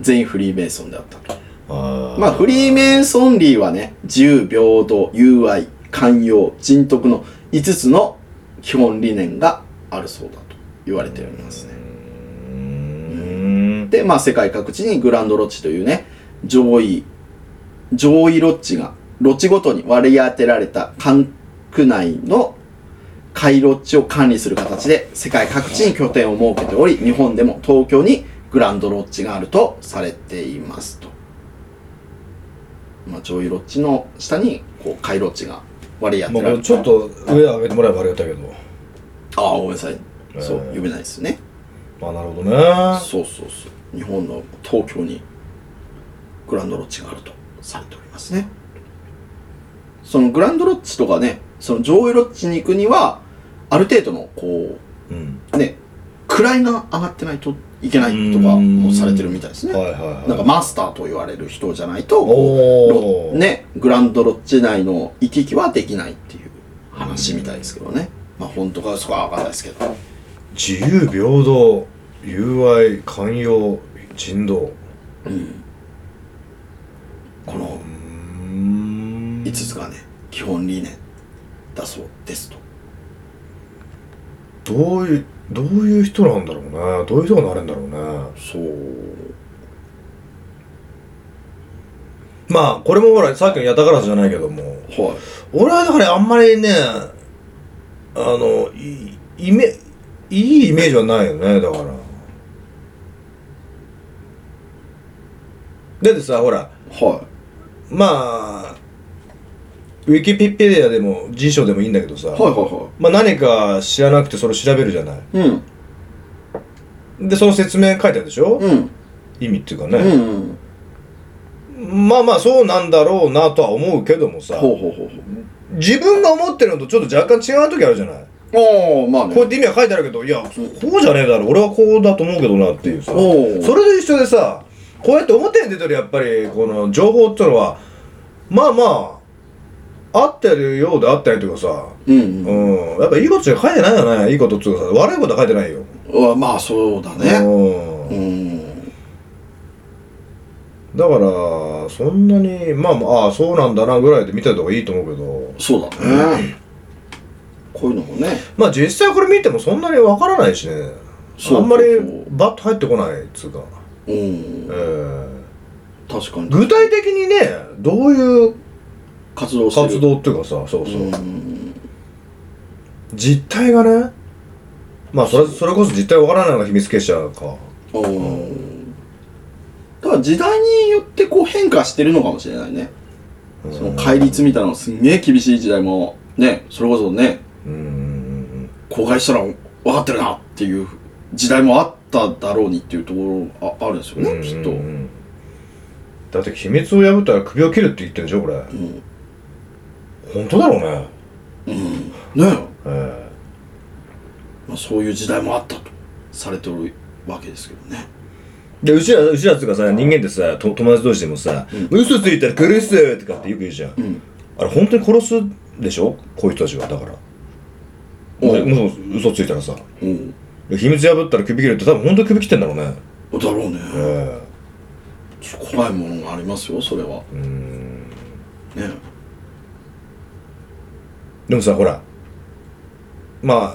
S2: 全員フリーメイソンであったと
S3: あー
S2: まあフリーメイソンリーはね自由平等友愛寛容人徳の5つの基本理念があるそうだと言われておりますね
S3: うん
S2: で、まあ、世界各地にグランドロッジというね、上位、上位ロッジが、ロッジごとに割り当てられた管区内の海ロッジを管理する形で、世界各地に拠点を設けており、日本でも東京にグランドロッジがあるとされていますと。まあ、上位ロッジの下に、こう、海ロッジが割り当
S3: ま
S2: て
S3: あ
S2: ら
S3: こ
S2: れ
S3: れ
S2: た。
S3: ちょっと上上げてもらえばありがたいけど
S2: ああ、ごめんなさい。そう、
S3: えー
S2: 読めないですね。
S3: まあなるほどね
S2: そうそうそう日本の東京にグランドロッジがあるとされておりますねそのグランドロッジとかねその上位ロッジに行くにはある程度のこ
S3: うん
S2: うね位が上がってないといけないと
S3: う
S2: か
S3: ーん
S2: もされてるみたいですね
S3: はいはいはい
S2: なんかマスターと言われる人じゃないと
S3: おー
S2: ロねグランドロッジ内の行き来はできないっていう話みたいですけどねまあ本当かそこは分かんないですけど
S3: 自由平等友愛寛容人道
S2: この
S3: うん
S2: 5つがね基本理念だそうですと
S3: どういうどういう人なんだろうねどういう人がなれんだろうね
S2: そう
S3: まあこれもほらさっきのヤタガラスじゃないけども
S2: はい
S3: 俺はだからあんまりねあのいいイメいいイメージはないよねだからだってさほら
S2: は
S3: まあウィキペディアでも辞書でもいいんだけどさ、
S2: いはいは
S3: まあ、何か知らなくてそれを調べるじゃない
S2: いはいうん
S3: でその説明書いてあるでしょ、
S2: うん
S3: 意味っていうか
S2: う
S3: ね、
S2: ん
S3: まあまあそうなんだろうなとは思うけどもさ
S2: ほうほうほう
S3: 自分が思ってるのとちょっと若干違う時あるじゃない
S2: ほうああまあ
S3: こうや
S2: ね
S3: って意味は書いてあるけどいやこうじゃねえだろ俺はこうだと思うけどなっていうさ
S2: おう
S3: それと一緒でさこうやって表に出てるやっぱりこの情報っていうのはまあまあ合ってるようであったりとかさ
S2: うんうん
S3: うんやっぱいいことしか書いてないよねいいことっていうかさ悪いことは書いてないよ、
S2: うわまあそうだね
S3: う
S2: うんん
S3: だからそんなにまあまあああそうなんだなぐらいで見てた方がいいと思うけど
S2: そうだねこういうのもね
S3: まあ実際これ見てもそんなにわからないしね
S2: そう
S3: あんまり
S2: そう
S3: バッと入ってこないっつうか
S2: うん
S3: えー
S2: 確かに
S3: 具体的にねどういう
S2: 活動する
S3: 活動っていうかさそうそう、
S2: うん
S3: 実態がねまあそれそれこそ実態わからないのが秘密結社か
S2: うんだから時代によってこう変化してるのかもしれないね
S3: うん
S2: その戒律みたいなのすんげえ厳しい時代もねそれこそね
S3: うーん
S2: 公開したら分かってるなっていう時代もあっただろうにっていうところがああるんですよね、きっと、
S3: うんうんだって秘密を破ったら首を切るって言ってるでしょこれ、
S2: ん
S3: 本当だろうね
S2: ね
S3: ええ
S2: まあ、そういう時代もあったとされておるわけですけどね
S3: でうちらうちらっていうかさ人間ってさと友達同士でもさ「嘘ついたら殺す!」とかってよく言うじゃん、
S2: ん
S3: あれ本当に殺すでしょこういう人たちはだからもうもう嘘ついたらさ
S2: うん
S3: 秘密破ったら首切るって多分本当に首切ってんだろうね
S2: だろうね、
S3: え
S2: ちょっと怖いものがありますよそれは
S3: えうん
S2: ね
S3: でもさほらまあ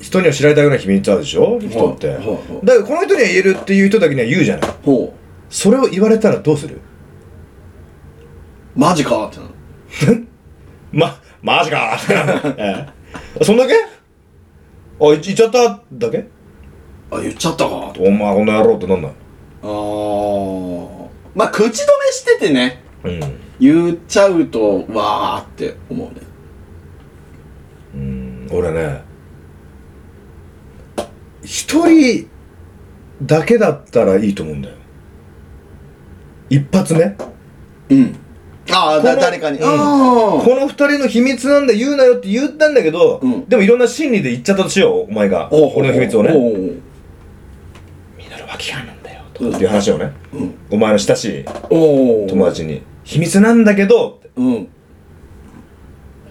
S3: 人には知られたくない秘密あるでしょ人って、
S2: はいはいはい
S3: だからこの人には言えるっていう人だけには言うじゃない
S2: ほ
S3: それを言われたらどうする
S2: うマジかってなる
S3: ま、 マジか、ええそんだけあ、いいっちゃっただけ
S2: あ言っちゃったかと
S3: お前この野郎ってなんだ
S2: あーまあ口止めしててね
S3: うん
S2: 言っちゃうとわーって思うね
S3: うん俺ね一人だけだったらいいと思うんだよ一発目
S2: うんああ
S3: この
S2: 誰かに
S3: うん
S2: あー
S3: この二人の秘密なんだ言うなよって言ったんだけど、
S2: うん
S3: でもいろんな心理で言っちゃったとしようお前が
S2: おう
S3: 俺の秘密を
S2: おう
S3: ね
S2: おう
S3: みんなの脇がなんだよ
S2: うん
S3: っていう話をね、
S2: うん
S3: お前の親しい
S2: おう
S3: 友達に秘密なんだけど
S2: うん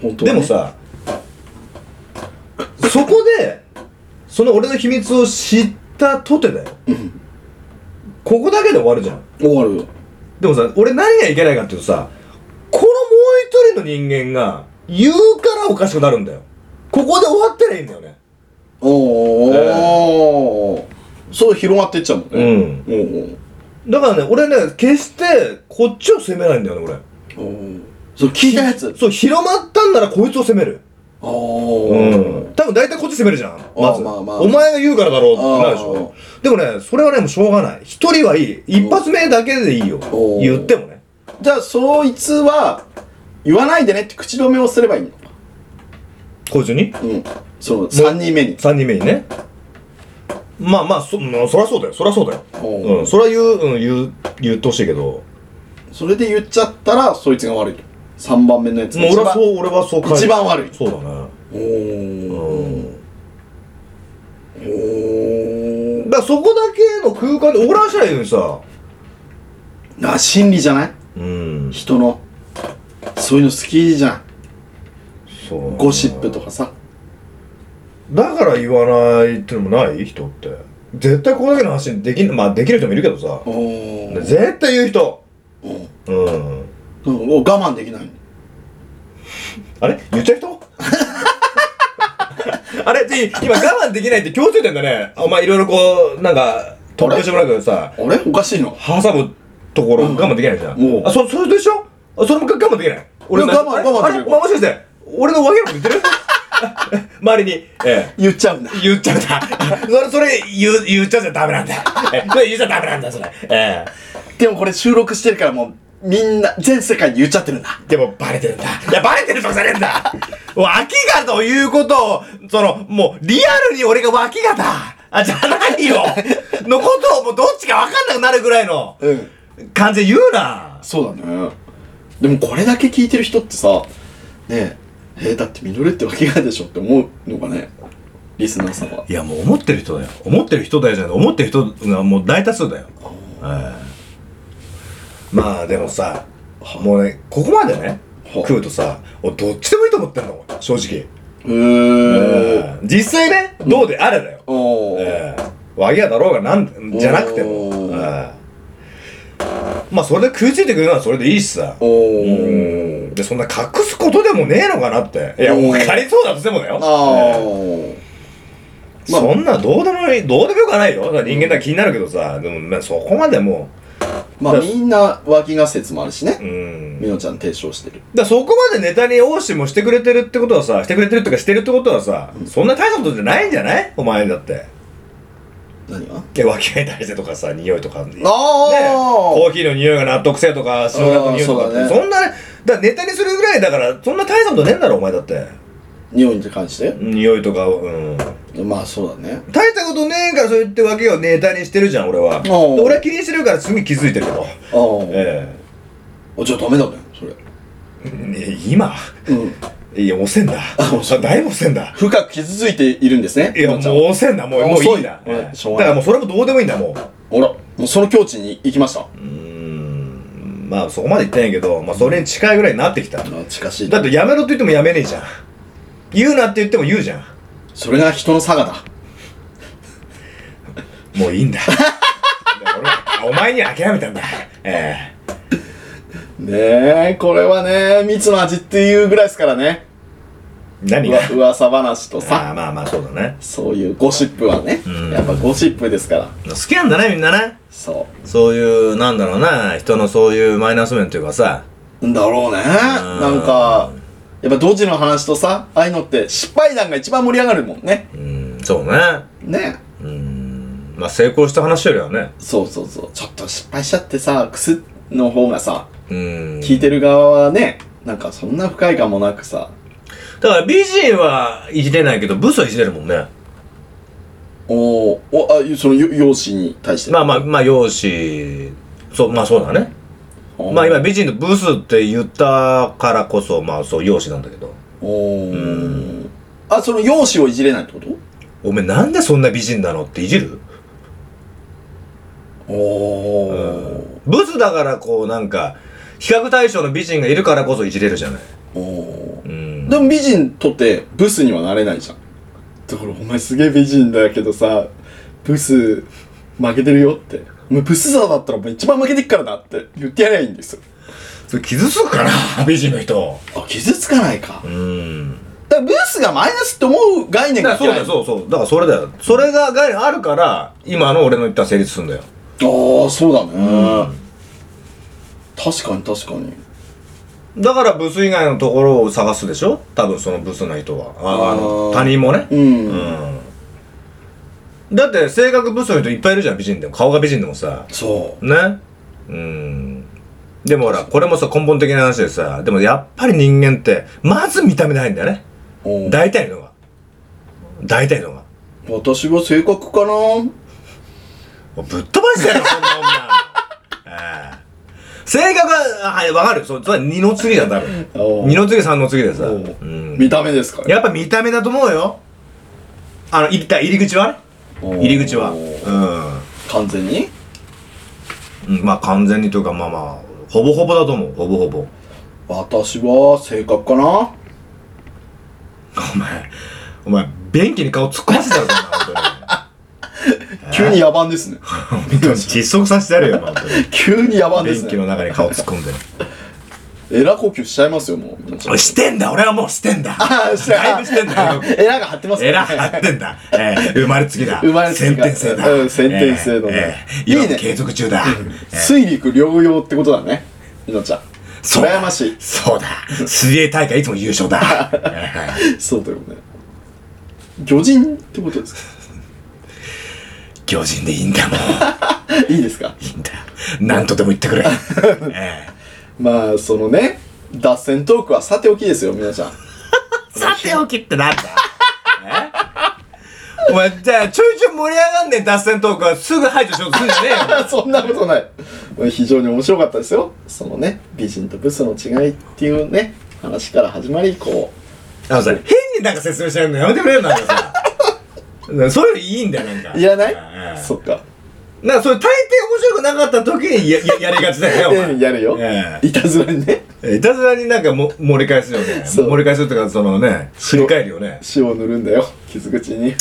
S2: 本当
S3: で
S2: はね
S3: もさそこでその俺の秘密を知ったとてだよ
S2: うん
S3: ここだけで終わるじゃん
S2: 終わるよ
S3: でもさ俺何がいけないかっていうとさこのもう一人の人間が言うからおかしくなるんだよここで終わってりゃいいんだよね
S2: おーそう広がってっちゃうもんね
S3: ん
S2: おう
S3: だからね俺ね決してこっちを責めないんだよね俺
S2: おうおうそう聞いたやつ
S3: そう広まったんならこいつを責める
S2: あー
S3: 多分大体こっち責めるじゃんまず
S2: まあまあ
S3: お前が言うからだろうってなるでしょでもねそれはねもうしょうがない一人はいい一発目だけでいいよ
S2: おー
S3: 言ってもね
S2: じゃあそいつは言わないでねって口止めをすればいいのか
S3: こいつに
S2: うんその3人目に
S3: 3人目にねまあまあそ,、うん、そりゃそうだよそりゃそうだよ
S2: おう
S3: うん、それは言う、うん、言う、言ってほしいけど、も
S2: それで言っちゃったらそいつが悪いと3番目のやつ
S3: う俺はそう、俺はそう
S2: 一番悪い
S3: そうだね。
S2: おーおー
S3: だからそこだけの空間で怒らせりゃいいのにさ、
S2: な心理じゃない
S3: うん、
S2: 人のそういうの好きじゃん
S3: そう。
S2: ゴシップとかさ
S3: だから言わないっていうのもない人って。絶対ここだけの話できん、まあできる人もいるけどさ、
S2: おー
S3: 絶対言う人。
S2: うん
S3: うん。
S2: なんかもう我慢できない
S3: あれ言っちゃう人 あれち今我慢できないって共通点だね。お前いろいろこう、なんか、突拍してもらうけどさ、
S2: あれおかしいの
S3: 挟むところ我慢できないじゃん、
S2: うん
S3: あそそれでしょあそれも我慢できない
S2: いや我慢
S3: あれあれ
S2: 我慢できる
S3: まもしかして俺のわけのこと言ってる 周りに、ええ、
S2: 言っちゃうんだ
S3: 言っちゃったそれ それ言う言っちゃじゃダメなんだ、ええ、それ言っちゃダメなんだそれ、え
S2: でもこれ収録してるからもうみんな全世界に言っちゃってるんだ
S3: え、でもバレてるんだいやバレてるとかじゃねえんだ脇がということをそのもうリアルに俺が脇がだあじゃないよのことをもうどっちか分かんなくなるぐらいの
S2: うん
S3: 感じで言うな
S2: そうだねでもこれだけ聞いてる人ってさねええーだってミノルってわけがでしょって思うのかねリスナーさんはい
S3: やもう思ってる人だよ思ってる人だよじゃない思ってる人がもう大多数だよ、まあでもさもうねここまでね
S2: は
S3: 食うとさ俺どっちでもいいと思ってんの正直、
S2: へえ
S3: うん実際ねどうであれだよ、
S2: おー
S3: ええ和屋だろうがなんじゃなくても、
S2: おー
S3: ええまあそれで食いついてくるのはそれでいいしさ
S2: お
S3: う
S2: ー
S3: んでそんな隠すことでもねえのかなっていや
S2: おー
S3: 分かりそうだとしてもだよ
S2: あ
S3: ええ
S2: ーまあ
S3: そんなどうでもいいどうでもよくはないよだから人間だから気になるけどさでもまあそこまでも
S2: まあみんな脇が説もあるしね
S3: ううんだ
S2: ミノちゃん提唱してる
S3: からそこまでネタに応しもしてくれてるってことはさしてくれてるっていうかしてるってことはさそんな大したことじゃないんじゃないお前だって
S2: 何が
S3: で脇が大事とかさ匂いとかね
S2: あ
S3: コーヒーの匂いが納得せえとかスノーラップの匂いとか
S2: あ
S3: っ
S2: ー
S3: て
S2: そうだね
S3: そんなねだからネタにするぐらいだからそんな大したことねえんだろお前だって
S2: 匂いに関して
S3: 匂いとかうん
S2: まあそうだね
S3: 大したことねえからそう言って脇をネタにしてるじゃん俺はで
S2: おー
S3: 俺は気にしてるからすぐ気づいてるけど
S2: あ
S3: え
S2: ー
S3: え
S2: あじゃあダメだねそれ
S3: ね今
S2: うん
S3: いや、押せんだ。あ、だいぶ押せんだ。
S2: 深く傷ついているんですね
S3: いや、もう
S2: ミノちゃんは
S3: 押せんだ。もう、もういいんだ。
S2: 遅い
S3: うん
S2: しょう
S3: だか
S2: がない
S3: らもうそれもどうでもいいんだ、も
S2: ほらもうその境地に行きました
S3: う。うーん。まあ、そこまで言ってないけど、まあ、それに近いぐらいになってきた。だ
S2: あ近しい
S3: って、やめろって言ってもやめねえじゃん。言うなって言っても言うじゃん。
S2: それが人の差がだ
S3: もういいん だ。で俺はお前に諦めたんだ。え
S2: ねえこれはね蜜の味っていうぐらいですからね
S3: え何
S2: う
S3: が
S2: わ噂話と
S3: あ
S2: さ
S3: あ、まあまあ、そうだね。
S2: そういうゴシップはね
S3: ん
S2: やっぱゴシップですから
S3: 好きなんだね、みんなね。
S2: そ
S3: そういう、なんだろうな、人のそういうマイナス面というかさ。
S2: うだろうねなんかやっぱドジの話とさああいうのって失敗談が一番盛り上がるもんね
S3: うん、そうね。
S2: ね
S3: うん。まあ成功した話よりはね
S2: そうそうそう。ちょっと失敗しちゃってさ、クスの方がさ、
S3: うん
S2: 聞いてる側はね、なんかそんな不快感もなくさ、
S3: だから美人はいじれないけどブスはいじれるもんね
S2: おーお、あ、そのよ容姿に対して。
S3: まあまあまあ容姿そうまあそうだね
S2: おー
S3: まあ今美人とブスって言ったからこそまあそう容姿なんだけど
S2: おーあ、その容姿をいじれないってこと
S3: おめえなんでそんな美人なのっていじる
S2: お
S3: ブスだからこうなんか比較対象の美人がいるからこそいじれるじゃない
S2: おお
S3: うん
S2: でも美人とってブスにはなれないじゃんだからお前すげえ美人だけどさブス負けてるよってお前ブスさだったらお前一番負けてっからだって言ってやりゃいいんですよ
S3: それ傷つくかな 美人の人
S2: あ傷つかないか
S3: うん
S2: だからブスがマイナスって思う概念
S3: だか
S2: が
S3: らそうだよ
S2: う
S3: そうそうだからそれだよそれが概念あるから今の俺の言った成立するんだよ
S2: ああそうだね、確かに確かに
S3: だからブス以外のところを探すでしょ多分そのブスな人はああの
S2: あー
S3: 他人もね
S2: うん、
S3: うんだって性格ブスの人いっぱいいるじゃん美人でも顔が美人でもさ
S2: そ
S3: ねうんでもほらこれもさ根本的な話でさでもやっぱり人間ってまず見た目ないんだよね
S2: うおー
S3: 大体のが大体のが
S2: 私は性格かな
S3: もうぶっ飛ばしてやるよそんな女 ええ性格ははいわかるよそそれは二の次だよ多分
S2: おー
S3: 二の次三の次でさ、う
S2: おー
S3: ん、
S2: 見た目ですから
S3: やっぱ見た目だと思うよあの入った入り口はね
S2: おー
S3: 入り口はう
S2: 完全に
S3: ん、うん、まあ完全にというかまあまあほぼほぼだと思うほぼほぼ
S2: 私は性格かな
S3: お前お前便器に顔突っ込ませたら
S2: 急に野蛮ですね
S3: 本当に窒息させてやるよお前本
S2: 急に野蛮
S3: 当に
S2: です
S3: 便器の
S2: ね
S3: 中に顔突っ込んで
S2: えら呼吸しちゃいますよもう皆さん
S3: おいしてんだ俺はもうしてんだ
S2: あーしてない
S3: だいぶしてんだ よ
S2: エラが張ってますね
S3: えら張ってんだ。えー、生まれつきだ。
S2: 生まれつき
S3: 先
S2: だ
S3: 天性だ。
S2: うん先天性のね
S3: えーえー
S2: いいね
S3: 今も継続中だ。えー
S2: 水陸両用ってことだねみのちゃん
S3: そうだ
S2: 羨ましい
S3: そうだ。水泳大会いつも優勝だ。 えー
S2: そうだよね魚人ってことですか
S3: 魚人でいいんだもん。
S2: いいですか
S3: いいんだ。なんとでも言ってくれ。え
S2: まあそのね脱線トークはさておきですよみのちゃん
S5: うさておきってなんだ
S3: ーお前、じゃあ、ちょいちょい盛り上がんねえ脱線トークはすぐ排除しようとすんじゃねえよ。
S2: そんなことない。非常に面白かったですよ。そのね、美人とブスの違いっていうね、話から始まり、こ
S3: あのさ、変になんか説明しちゃうのやめてくれよ、なんかさ。そういうのいいんだよ、なんか。
S2: う、いらな
S3: え
S2: い
S3: ー
S2: そっか。
S3: なんかそれ大抵面白くなかった時にやややりがちだよ ね、お前
S2: うん。やるよ。
S3: え
S2: いたずらにね、
S3: えいたずらになんかも盛り返すよね
S2: そう
S3: 盛り返すっていうかそのね振り返るよね
S2: 塩を塗るんだよ、傷口に。